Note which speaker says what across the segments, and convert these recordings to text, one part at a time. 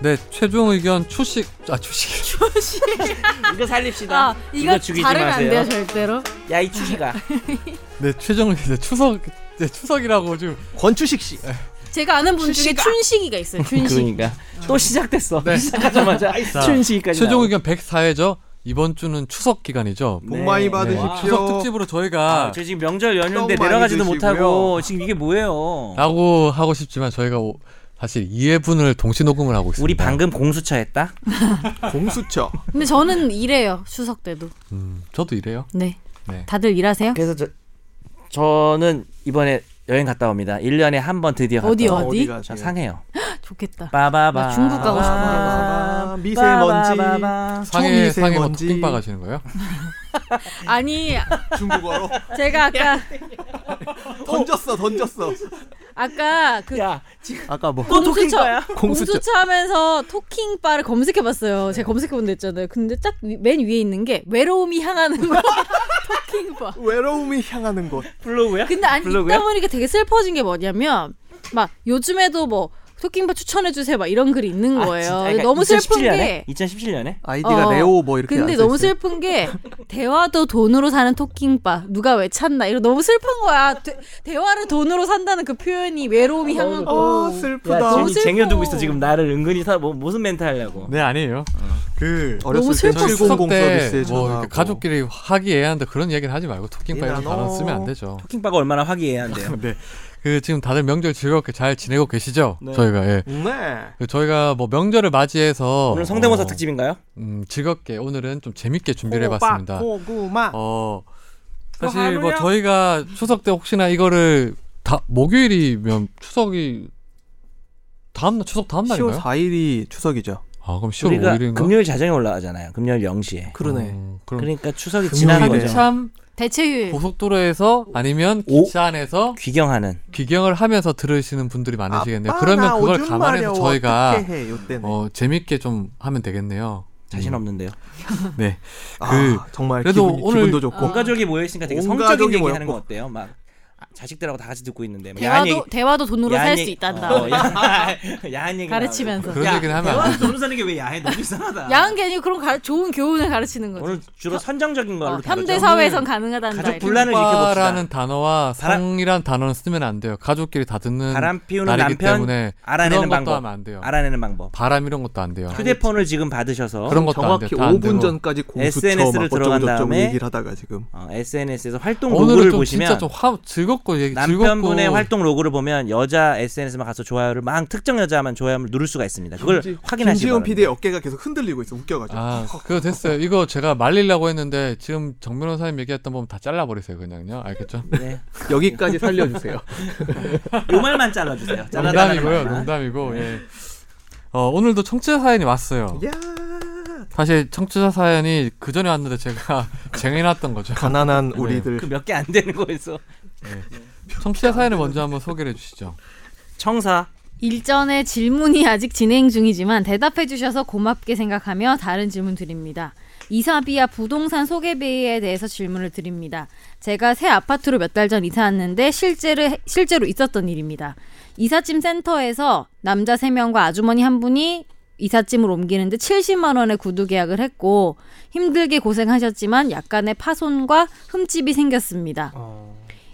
Speaker 1: 네, 최종 의견 초식 아 초식
Speaker 2: 조시.
Speaker 3: 이거 살립시다.
Speaker 2: 아 이거
Speaker 3: 이거 죽이지
Speaker 2: 자르면
Speaker 3: 마세요.
Speaker 2: 안 돼요 절대로.
Speaker 3: 야 이 추시가
Speaker 1: 네 최종 의견 추석 네, 추석이라고 지금 네,
Speaker 4: 권추식 씨.
Speaker 2: 제가 아는 분 중에
Speaker 3: 춘식아.
Speaker 2: 춘식이가 있어요. 춘식.
Speaker 3: 그러니까 또 시작됐어.
Speaker 1: 네.
Speaker 3: 시작하자마자
Speaker 4: 아이스.
Speaker 3: 춘식까지.
Speaker 1: 최종 의견 104회죠. 이번 주는 추석 기간이죠.
Speaker 4: 복 많이
Speaker 1: 와,
Speaker 4: 받으십시오.
Speaker 1: 네. 추석 특집으로 저희가
Speaker 3: 아, 저 지금 명절 연휴인데
Speaker 4: 떡 아, 많이
Speaker 3: 내려가지도
Speaker 4: 드시고요.
Speaker 3: 못하고 지금 이게 뭐예요?
Speaker 1: 라고 하고 싶지만 저희가 오- 사실 2회분을 동시 녹음을 하고 있습니다.
Speaker 3: 우리 방금 공수처했다.
Speaker 4: 아, 공수처.
Speaker 2: 근데 저는 일해요 추석 때도.
Speaker 1: 음, 저도 이래요.
Speaker 2: 네.
Speaker 1: 네.
Speaker 2: 다들 일하세요?
Speaker 3: 그래서 저 저는 이번에 여행 갔다 옵니다. 1년에 한 번 드디어 갔다
Speaker 2: 어디요?
Speaker 3: 와요.
Speaker 2: 어디?
Speaker 3: 저 상해요.
Speaker 2: 좋겠다.
Speaker 3: 빠바바.
Speaker 2: 나 중국 가고
Speaker 4: 싶은데. 미세먼지.
Speaker 3: 빠바바바.
Speaker 1: 상해
Speaker 4: 초미세먼지.
Speaker 1: 상해 뭐 토킹바 가시는 거예요?
Speaker 3: 네.
Speaker 2: 아니
Speaker 4: 중국어로
Speaker 2: 제가 아까
Speaker 4: 던졌어, 던졌어.
Speaker 2: 아까 그
Speaker 3: 야 지금
Speaker 4: 아까 뭐?
Speaker 3: 또 토킹 거야?
Speaker 4: 공수처.
Speaker 2: 공수처 하면서 토킹 바를
Speaker 3: 네.
Speaker 2: 검색해봤어요. 제가 검색해본 데 있잖아요. 근데 딱 맨 위에 있는 게 외로움이 향하는 거 토킹 바.
Speaker 4: 외로움이 향하는 곳.
Speaker 3: 블로그야?
Speaker 2: 근데 아니
Speaker 3: 블로그야?
Speaker 2: 있다 보니까 되게 슬퍼진 게 뭐냐면 막 요즘에도 뭐 토킹바 추천해주세요 막 이런 글이 있는
Speaker 3: 아,
Speaker 2: 거예요.
Speaker 3: 진짜. 그러니까
Speaker 2: 너무 슬픈
Speaker 3: 2017년에?
Speaker 2: 게
Speaker 3: 2017년에
Speaker 4: 아이디가
Speaker 2: 어,
Speaker 4: 레오 뭐 이렇게.
Speaker 2: 근데
Speaker 4: 안 써있어요.
Speaker 2: 너무 슬픈 게 대화도 돈으로 사는 토킹바 누가 왜 찾나 이런 너무 슬픈 거야 대, 대화를 돈으로 산다는 그 표현이 외로움이 향하고
Speaker 4: 어 슬프다.
Speaker 2: 너무
Speaker 3: 지금
Speaker 2: 슬퍼.
Speaker 3: 쟁여두고 있어 지금 나를 은근히 사, 뭐, 무슨 멘트 하려고
Speaker 1: 네 아니에요. 그
Speaker 2: 너무
Speaker 4: 어렸을 때
Speaker 2: 슬펐어.
Speaker 4: 700
Speaker 1: 추석
Speaker 4: 서비스에
Speaker 1: 때뭐
Speaker 4: 전화하고. 네,
Speaker 1: 이렇게 가족끼리 화기애애한데 그런 얘기를 하지 말고 토킹바 이런
Speaker 4: 이나노.
Speaker 1: 단어 쓰면 안 되죠.
Speaker 3: 토킹바가 얼마나 화기애애한데요
Speaker 1: 네. 그 지금 다들 명절 즐겁게 잘 지내고 계시죠?
Speaker 4: 네.
Speaker 1: 저희가 예.
Speaker 4: 네.
Speaker 1: 그 저희가 뭐 명절을 맞이해서
Speaker 3: 오늘 성대모사
Speaker 1: 어,
Speaker 3: 특집인가요?
Speaker 1: 음, 즐겁게 오늘은 좀 재밌게 준비를 해봤습니다.
Speaker 4: 고구마.
Speaker 1: 어
Speaker 3: 어,
Speaker 1: 사실
Speaker 3: 하루야?
Speaker 1: 뭐 저희가 추석 때 혹시나 이거를 다 목요일이면 추석이 다음 날 추석 다음
Speaker 4: 10월
Speaker 1: 날인가요?
Speaker 4: 4일이 추석이죠.
Speaker 1: 아 그럼 10월
Speaker 3: 우리가
Speaker 1: 5일인가?
Speaker 3: 그러니까
Speaker 1: 어,
Speaker 3: 금요일 자정에 올라가잖아요 금요일 0시에
Speaker 4: 그러네.
Speaker 1: 그럼
Speaker 3: 그러니까 추석이 지난
Speaker 4: 금요일에.
Speaker 3: 거죠
Speaker 1: 한참
Speaker 2: 대체휴일
Speaker 1: 고속도로에서 아니면
Speaker 3: 오.
Speaker 1: 기차 안에서
Speaker 3: 귀경하는
Speaker 1: 귀경을 하면서 들으시는 분들이 많으시겠네요.
Speaker 4: 아빠, 나
Speaker 1: 그러면 그걸
Speaker 4: 오줌
Speaker 1: 감안해서
Speaker 4: 마려워.
Speaker 1: 저희가
Speaker 4: 어떻게 해, 요때는.
Speaker 1: 어 재밌게 좀 하면 되겠네요.
Speaker 3: 자신 없는데요
Speaker 1: 네.
Speaker 4: 아,
Speaker 1: 그
Speaker 4: 정말
Speaker 1: 그래도
Speaker 4: 기분,
Speaker 1: 오늘-
Speaker 4: 기분도 좋고.
Speaker 3: 온 가족이 모여있으니까
Speaker 1: 음,
Speaker 3: 되게
Speaker 4: 온
Speaker 3: 성적인
Speaker 4: 가족이
Speaker 3: 얘기 하는
Speaker 4: 모였고.
Speaker 3: 거 어때요? 막 아, 자식들하고 다 같이 듣고 있는데 막 야한
Speaker 2: 대화도
Speaker 3: 얘기
Speaker 2: 대화도 돈으로
Speaker 3: 야한
Speaker 2: 살 수
Speaker 3: 얘기-
Speaker 2: 있단다
Speaker 3: 어, 야- 야한 얘기
Speaker 2: 가르치면서
Speaker 1: 그런 얘기는 하면 안
Speaker 3: 돼 돈으로 사는 게 왜 야해 너무 이상하다
Speaker 2: 야한 게 아니고 그런 가, 좋은 교훈을 가르치는 거죠
Speaker 3: 오늘 주로 선정적인 걸로
Speaker 2: 어,
Speaker 3: 다루죠.
Speaker 2: 현대
Speaker 1: 음,
Speaker 2: 사회에선 가능하단다
Speaker 3: 가족
Speaker 2: 이런.
Speaker 3: 분란을
Speaker 1: 오빠라는
Speaker 3: 지켜봅시다
Speaker 1: 단어와
Speaker 3: 바람-
Speaker 1: 성이란 단어는 쓰면 안 돼요. 가족끼리 다 듣는
Speaker 3: 바람 피우는
Speaker 1: 날이기
Speaker 3: 남편
Speaker 1: 때문에
Speaker 3: 알아내는
Speaker 1: 그런 것도
Speaker 3: 방법
Speaker 1: 하면 안 돼요.
Speaker 3: 알아내는 방법
Speaker 1: 바람 이런 것도 안 돼요.
Speaker 3: 휴대폰을 지금 받으셔서
Speaker 1: 그런 것도 안 돼요.
Speaker 4: 어, 정확히
Speaker 1: 다안
Speaker 4: 5분
Speaker 1: 되고.
Speaker 4: 전까지 공수처
Speaker 3: SNS 를
Speaker 4: 막
Speaker 3: 들어간
Speaker 4: 어쩌고저쩌고
Speaker 3: 다음에
Speaker 4: 얘기를 하다가 지금
Speaker 3: SNS에서 활동
Speaker 1: 오늘은
Speaker 3: 로그를
Speaker 1: 좀 진짜
Speaker 3: 보시면
Speaker 1: 좀 화, 즐겁고 얘기
Speaker 3: 남편분의
Speaker 1: 즐겁고
Speaker 3: 활동 로그를 보면 여자 SNS만 가서 좋아요를 막 특정 여자만 좋아요를 누를 수가 있습니다. 그걸 확인하시고
Speaker 4: 김지훈 PD의 어깨가 계속 흔들리고 있어 웃겨가지고
Speaker 1: 아 그거 됐어요. 이거 제가 말리려고 했는데 지금 정 변호사님 얘기했던 부분 다 잘라버리세요 그냥요. 알겠죠?
Speaker 3: 네.
Speaker 4: 여기까지 살려주세요.
Speaker 3: 요 말만 잘라주세요. 잘라달라는 네.
Speaker 1: 농담이고요.
Speaker 3: 말만.
Speaker 1: 농담이고 예. 어, 오늘도 청취자 사연이
Speaker 3: 아,
Speaker 1: 왔어요.
Speaker 4: 야
Speaker 1: 사실 청취자 사연이 그 전에 왔는데 제가 쟁여놨던 거죠. 네.
Speaker 4: 가난한 우리들
Speaker 3: 그 몇 개 안 되는 거에서
Speaker 1: 청취자 사연을 먼저 한번 소개를 해주시죠.
Speaker 3: 청사
Speaker 2: 일전의 질문이 아직 진행 중이지만 대답해 주셔서 고맙게 생각하며 다른 질문 드립니다. 이사비와 부동산 소개비에 대해서 질문을 드립니다. 제가 새 아파트로 몇 달 전 이사 왔는데 실제로 실제로 있었던 일입니다. 이삿짐 센터에서 남자 세명과 아주머니 한 분이 이삿짐을 옮기는데 70만 원의 구두 계약을 했고 힘들게 고생하셨지만 약간의 파손과 흠집이 생겼습니다.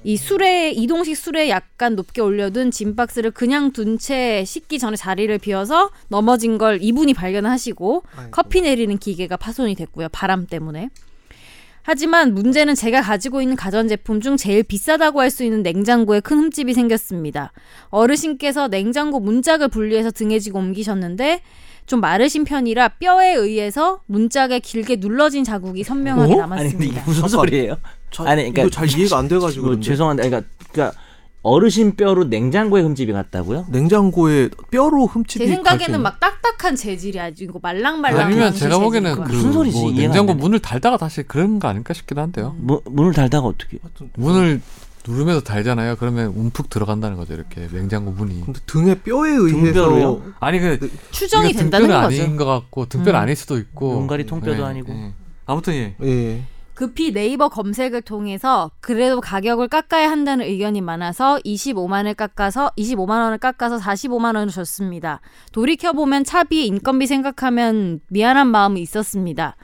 Speaker 2: 이 수레 이동식 수레에 약간 높게 올려둔 짐 박스를 그냥 둔 채 씻기 전에 자리를 비워서 넘어진 걸 이분이 발견하시고 커피 내리는 기계가 파손이 됐고요 바람 때문에 하지만 문제는 제가 가지고 있는 가전제품 중 제일 비싸다고 할 수 있는 냉장고에 큰 흠집이 생겼습니다 어르신께서 냉장고 문짝을 분리해서 등에 지고 옮기셨는데 좀 마르신 편이라 뼈에 의해서 문짝에 길게 눌러진 자국이 선명하게
Speaker 3: 어? 아니 근데 이게
Speaker 2: 남았습니다
Speaker 3: 무슨 소리예요?
Speaker 4: 저,
Speaker 3: 아니, 그러니까-
Speaker 4: 이거 잘 이해가 안 돼가지고
Speaker 3: 뭐,
Speaker 4: 그런데.
Speaker 3: 죄송한데 그러니까, 그러니까 어르신 뼈로 냉장고에 흠집이 갔다고요?
Speaker 4: 냉장고에 뼈로
Speaker 2: 제
Speaker 4: 흠집이
Speaker 2: 생각에는
Speaker 4: 가지고.
Speaker 2: 막 딱딱한 재질이 아주 이거 말랑말랑.
Speaker 1: 아니면 제가 보기에는 그
Speaker 3: 무슨 소리지?
Speaker 1: 뭐
Speaker 3: 이해가 안
Speaker 1: 냉장고
Speaker 3: 되네. 음.
Speaker 1: 문을 달다가 다시 그런 거 아닐까 싶기도 한데요.
Speaker 3: 문- 문을 달다가 어떻게?
Speaker 1: 문을 누르면서 달잖아요. 그러면 움푹 들어간다는 거죠. 이렇게 냉장고 문이.
Speaker 4: 근데 등에 뼈에 의해서
Speaker 3: 등뼈로요?
Speaker 1: 아니 근데
Speaker 2: 추정이
Speaker 1: 이거
Speaker 2: 된다는
Speaker 1: 등뼈는
Speaker 2: 거죠.
Speaker 1: 아닌 것 같고 등뼈는 아닐 수도 있고
Speaker 3: 용가리 통뼈도 아니고.
Speaker 1: 아무튼 예.
Speaker 4: 예
Speaker 2: 급히 네이버 검색을 통해서 그래도 가격을 깎아야 한다는 의견이 많아서 25만을 깎아서 25만 원을 깎아서 45만 원을 줬습니다. 돌이켜 보면 차비 인건비 생각하면 미안한 마음이 있었습니다.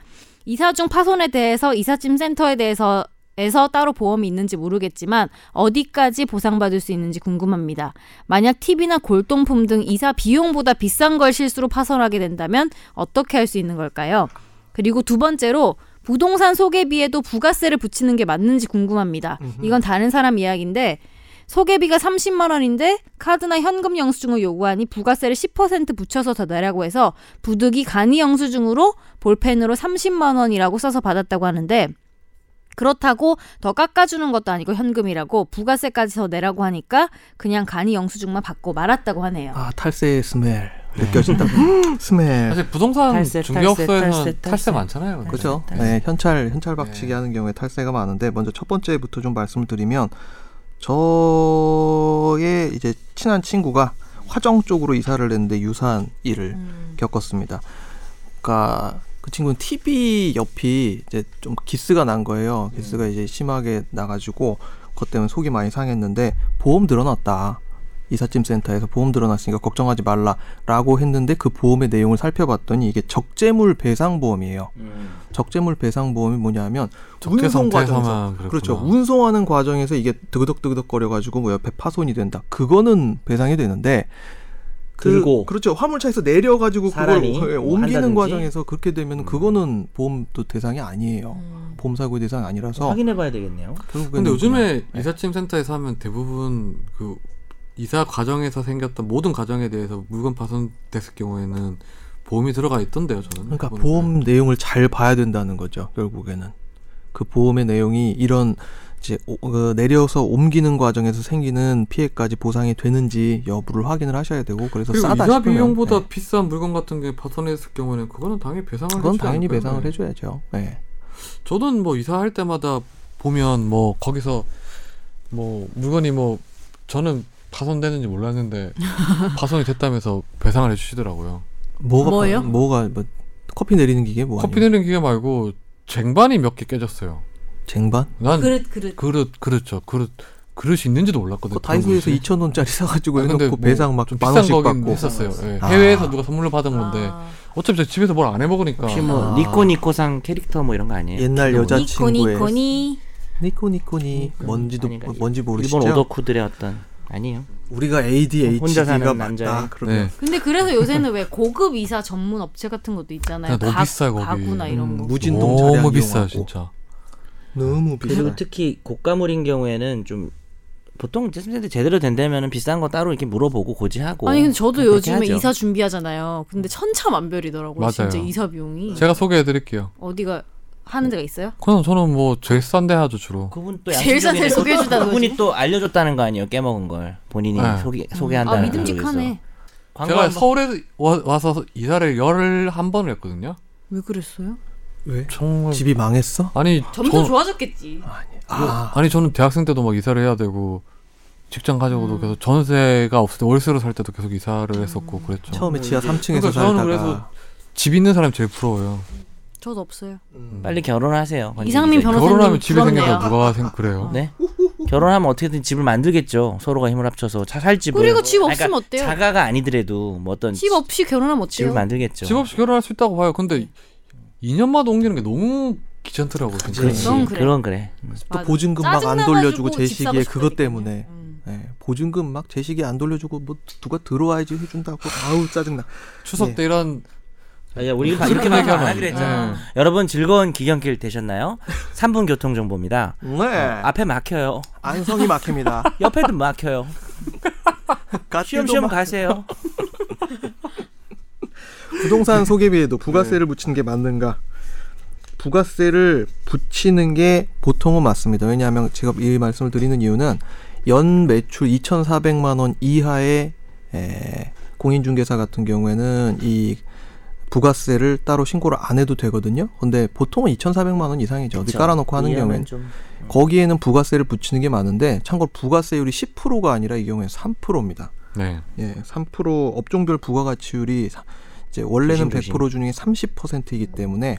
Speaker 2: 이사 중 파손에 대해서 이삿짐 센터에 대해서 에서 따로 보험이 있는지 모르겠지만 어디까지 보상받을 수 있는지 궁금합니다. 만약 TV나 골동품 등 이사 비용보다 비싼 걸 실수로 파손하게 된다면 어떻게 할 수 있는 걸까요? 그리고 두 번째로 부동산 소개비에도 부가세를 붙이는 게 맞는지 궁금합니다. 이건 다른 사람 이야기인데 소개비가 30만 원인데 카드나 현금 영수증을 요구하니 부가세를 10% 붙여서 더 내라고 해서 부득이 간이 영수증으로 볼펜으로 30만 원이라고 써서 받았다고 하는데 그렇다고 더 깎아주는 것도 아니고 현금이라고 부가세까지 더 내라고 하니까 그냥 간이 영수증만 받고 말았다고 하네요.
Speaker 4: 아 탈세의 스멜 느껴진다. 음, 스멜.
Speaker 1: 사실 부동산
Speaker 5: 탈세,
Speaker 1: 중개업소에서는
Speaker 5: 탈세,
Speaker 1: 탈세,
Speaker 5: 탈세, 탈세.
Speaker 1: 많잖아요. 근데.
Speaker 4: 그렇죠.
Speaker 5: 탈세.
Speaker 4: 네, 현찰 현찰 박치기
Speaker 1: 네.
Speaker 4: 하는 경우에 탈세가 많은데 먼저 첫 번째부터 좀 말씀을 드리면 저의 이제 친한 친구가 화정 쪽으로 이사를 했는데 유사한 일을 겪었습니다. 그러니까 그 친구는 TV 옆이 이제 좀 기스가 난 거예요. 기스가 이제 심하게 나가지고 그것 때문에 속이 많이 상했는데 보험 늘어났다. 이삿짐 센터에서 보험 늘어났으니까 걱정하지 말라라고 했는데 그 보험의 내용을 살펴봤더니 이게 적재물 배상 보험이에요. 음. 적재물 배상 보험이 뭐냐면
Speaker 1: 적재
Speaker 4: 운송 과정에서
Speaker 1: 상태에서만 그랬구나.
Speaker 4: 그렇죠. 운송하는 과정에서 이게 드그덕드그덕 거려가지고 뭐 옆에 파손이 된다. 그거는 배상이 되는데 그-
Speaker 3: 들고.
Speaker 4: 그렇죠. 화물차에서 내려가지고 그걸
Speaker 3: 사람이
Speaker 4: 예,
Speaker 3: 뭐
Speaker 4: 옮기는
Speaker 3: 한다든지.
Speaker 4: 과정에서 그렇게 되면 그거는 보험도 대상이 아니에요. 보험 사고 대상 이 아니라서
Speaker 3: 음. 뭐 확인해봐야 되겠네요.
Speaker 4: 결국에는
Speaker 1: 근데 요즘에
Speaker 4: 그냥-
Speaker 1: 이삿짐 센터에서 하면 대부분 그 이사 과정에서 생겼던 모든 과정에 대해서 물건 파손됐을 경우에는 보험이 들어가 있던데요, 저는.
Speaker 4: 그러니까
Speaker 1: 그거는. 네.
Speaker 4: 보험 내용을 잘 봐야 된다는 거죠. 결국에는 그 보험의 내용이 이런 이제 오- 그 내려서 옮기는 과정에서 생기는 피해까지 보상이 되는지 여부를 확인을 하셔야 되고 그래서
Speaker 1: 그리고
Speaker 4: 싸다
Speaker 1: 이사
Speaker 4: 싶으면
Speaker 1: 비용보다
Speaker 4: 네.
Speaker 1: 비싼 물건 같은 게 파손했을 경우에는 그거는 당연히 배상을
Speaker 4: 그건
Speaker 1: 해주지
Speaker 4: 당연히
Speaker 1: 않을까요?
Speaker 4: 배상을
Speaker 1: 네.
Speaker 4: 해줘야죠. 네.
Speaker 1: 저도 뭐 이사할 때마다 보면 뭐 거기서 뭐 물건이 뭐 저는 파손되는지 몰랐는데 파손이 됐다면서 배상을 해주시더라고요.
Speaker 4: 뭐가
Speaker 2: 뭐요?
Speaker 4: 뭐가 뭐 커피 내리는 기계 뭐
Speaker 1: 커피 내리는 기계 말고 쟁반이 몇 개 깨졌어요.
Speaker 4: 쟁반?
Speaker 1: 난
Speaker 2: 그릇 그릇.
Speaker 1: 그릇 그렇죠 그릇 그릇이 있는지도 몰랐거든요.
Speaker 4: 그거 뭐 다이소에서
Speaker 1: 그런 그릇이.
Speaker 4: 2천 원짜리 사가지고
Speaker 1: 아, 근데
Speaker 4: 해놓고
Speaker 1: 뭐
Speaker 4: 배상 막
Speaker 1: 좀
Speaker 4: 만
Speaker 1: 비싼
Speaker 4: 원씩
Speaker 1: 거긴
Speaker 4: 받고
Speaker 1: 했었어요. 예.
Speaker 4: 아.
Speaker 1: 해외에서 누가 선물로 받은 건데
Speaker 2: 아.
Speaker 1: 어차피 제가 집에서 뭘 안 해 먹으니까
Speaker 5: 혹시 뭐
Speaker 4: 아.
Speaker 5: 니코 니코상 캐릭터 뭐 이런 거 아니에요?
Speaker 4: 옛날
Speaker 1: 네.
Speaker 4: 여자 친구의
Speaker 2: 니코니코니
Speaker 4: 니코니코니
Speaker 1: 그러니까.
Speaker 5: 음,
Speaker 4: 뭔지도
Speaker 5: 아닌가.
Speaker 4: 뭔지 모르시죠?
Speaker 5: 일본 오덕후들의 어떤 아니에요?
Speaker 4: 우리가 ADHD가
Speaker 5: 혼자 사는
Speaker 4: 맞다.
Speaker 5: 남자의-
Speaker 1: 네.
Speaker 4: 그러면
Speaker 2: 근데 그래서 요새는 왜 고급 이사 전문 업체 같은 것도 있잖아요.
Speaker 1: 너무
Speaker 2: 가-
Speaker 1: 비싸, 거기.
Speaker 2: 가구나 이런 거.
Speaker 4: 음, 무진동 차량
Speaker 1: 너무
Speaker 4: 이용하고.
Speaker 1: 비싸요 진짜.
Speaker 4: 너무 비싸.
Speaker 3: 그리고 특히 고가물인 경우에는 좀 보통 이제 선생님들 제대로 된다면은 비싼 거 따로 이렇게 물어보고 고지하고.
Speaker 2: 아니 근데 저도
Speaker 3: 그렇게
Speaker 2: 요즘에
Speaker 3: 하죠.
Speaker 2: 이사 준비하잖아요. 근데 천차만별이더라고요.
Speaker 1: 맞아요.
Speaker 2: 진짜 이사 비용이
Speaker 1: 제가 소개해드릴게요.
Speaker 2: 어디가 하는 데가 있어요?
Speaker 1: 그럼 저는 뭐 제일 싼데 하죠 주로.
Speaker 3: 그분 또
Speaker 2: 제일 싼 데를
Speaker 3: 양심적이네.
Speaker 2: 소개해주다는
Speaker 3: 그분이
Speaker 2: 거지.
Speaker 3: 또 알려줬다는 거 아니에요? 깨먹은 걸 본인이
Speaker 1: 네.
Speaker 3: 소개
Speaker 2: 아
Speaker 3: 소개한다는 걸
Speaker 2: 믿음직하네.
Speaker 3: 그래서. 광고
Speaker 1: 제가
Speaker 3: 한번-
Speaker 1: 서울에 와, 와서 이사를 열한 번을 했거든요.
Speaker 2: 왜 그랬어요?
Speaker 4: 왜?
Speaker 1: 정말
Speaker 4: 집이 망했어?
Speaker 1: 아니
Speaker 2: 점점
Speaker 1: 저,
Speaker 2: 좋아졌겠지.
Speaker 4: 아,
Speaker 1: 아니 저는 대학생 때도 막 이사를 해야 되고 직장
Speaker 2: 음.
Speaker 1: 가지고도 계속 전세가 없을 때 월세로 살 때도 계속 이사를 했었고 그랬죠.
Speaker 4: 처음에 지하 3층에서
Speaker 1: 그러니까 저는
Speaker 4: 살다가
Speaker 1: 그래서 집 있는 사람 제일 부러워요.
Speaker 2: 저도 없어요.
Speaker 3: 빨리 결혼하세요. 권진기
Speaker 2: 이상민
Speaker 3: 기자님.
Speaker 2: 변호사님
Speaker 1: 결혼하면 집이 생겨서
Speaker 2: 부럽네요. 아,
Speaker 1: 누가 생 그래요?
Speaker 3: 네. 결혼하면 어떻게든 집을 만들겠죠. 서로가 힘을 합쳐서 자, 살 집을.
Speaker 2: 그리고 집
Speaker 3: 아,
Speaker 2: 없으면 어때요?
Speaker 3: 자가가 아니더라도 뭐 어떤
Speaker 2: 집 없이 결혼하면
Speaker 3: 집을
Speaker 2: 어때요? 네.
Speaker 3: 만들겠죠.
Speaker 1: 집 없이 결혼할 수 있다고 봐요. 근데 2년마다 옮기는 게 너무 귀찮더라고.
Speaker 4: 아,
Speaker 1: 진짜.
Speaker 4: 네.
Speaker 3: 그렇지.
Speaker 2: 그건 그래.
Speaker 3: 그건 그래.
Speaker 4: 또
Speaker 2: 맞아.
Speaker 4: 보증금 막 안
Speaker 2: 짜증나가지고
Speaker 4: 돌려주고 제
Speaker 2: 집 사고
Speaker 4: 시기에
Speaker 2: 싶다
Speaker 4: 그것
Speaker 2: 그랬거든요.
Speaker 4: 때문에
Speaker 2: 음.
Speaker 4: 예, 보증금 막 제 시기에 안 돌려주고 뭐 누가 들어와야지 해준다고 아우 짜증나.
Speaker 1: 추석 때 이런
Speaker 3: 야, 아, 예, 우리 이렇게
Speaker 1: 그렇게
Speaker 3: 말하면
Speaker 1: 얘기하면
Speaker 3: 안
Speaker 1: 안
Speaker 3: 하기로
Speaker 1: 돼.
Speaker 3: 했잖아. 여러분 즐거운 기경길 되셨나요? 3분 교통 정보입니다.
Speaker 4: 네.
Speaker 1: 아,
Speaker 3: 앞에 막혀요.
Speaker 4: 안성이 막힙니다.
Speaker 3: 옆에도 막혀요.
Speaker 4: 갓길도
Speaker 3: 쉬엄쉬엄
Speaker 4: 막
Speaker 3: 가세요. 네.
Speaker 4: 부동산 소개비에도 부가세를 붙이는 게 맞는가? 부가세를 붙이는 게 보통은 맞습니다. 왜냐하면 제가 이 말씀을 드리는 이유는 연 매출 2,400만 원 이하의 에, 공인중개사 같은 경우에는 이 부가세를 따로 신고를 안 해도 되거든요. 근데 보통은 2,400만 원 이상이죠. 어디
Speaker 3: 그쵸.
Speaker 4: 깔아놓고 하는
Speaker 3: 이 양은
Speaker 4: 경우에는
Speaker 3: 좀
Speaker 4: 거기에는 부가세를 붙이는 게 많은데 참고로 부가세율이 10%가 아니라 이 경우에 3%입니다.
Speaker 1: 네.
Speaker 4: 예, 3% 업종별 부가가치율이 사- 이제 원래는
Speaker 3: 조심, 조심.
Speaker 4: 100% 중에 30%이기 때문에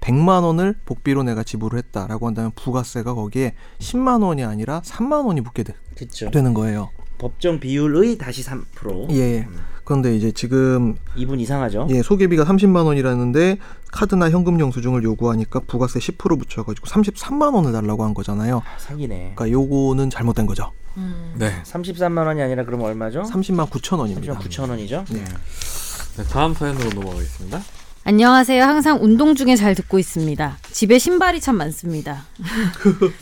Speaker 4: 100만 원을 복비로 내가 지불을 했다라고 한다면 부가세가 거기에 10만 원이 아니라 3만 원이 붙게 되,
Speaker 3: 그렇죠.
Speaker 4: 되는 거예요.
Speaker 3: 법정 비율의 다시 3%.
Speaker 4: 예. 그런데 이제 지금
Speaker 3: 이분 이상하죠?
Speaker 4: 예, 소개비가 30만 원이라는데 카드나 현금 영수증을 요구하니까 부가세 10% 붙여가지고 33만 원을 달라고 한 거잖아요.
Speaker 3: 아, 사기네.
Speaker 4: 그러니까 요거는 잘못된 거죠.
Speaker 1: 네.
Speaker 3: 33만 원이 아니라 그럼 얼마죠?
Speaker 4: 30만 9천 원입니다.
Speaker 3: 3만 9천 원이죠?
Speaker 1: 네, 다음 사연으로 넘어가겠습니다.
Speaker 2: 안녕하세요. 항상 운동 중에 잘 듣고 있습니다. 집에 신발이 참 많습니다.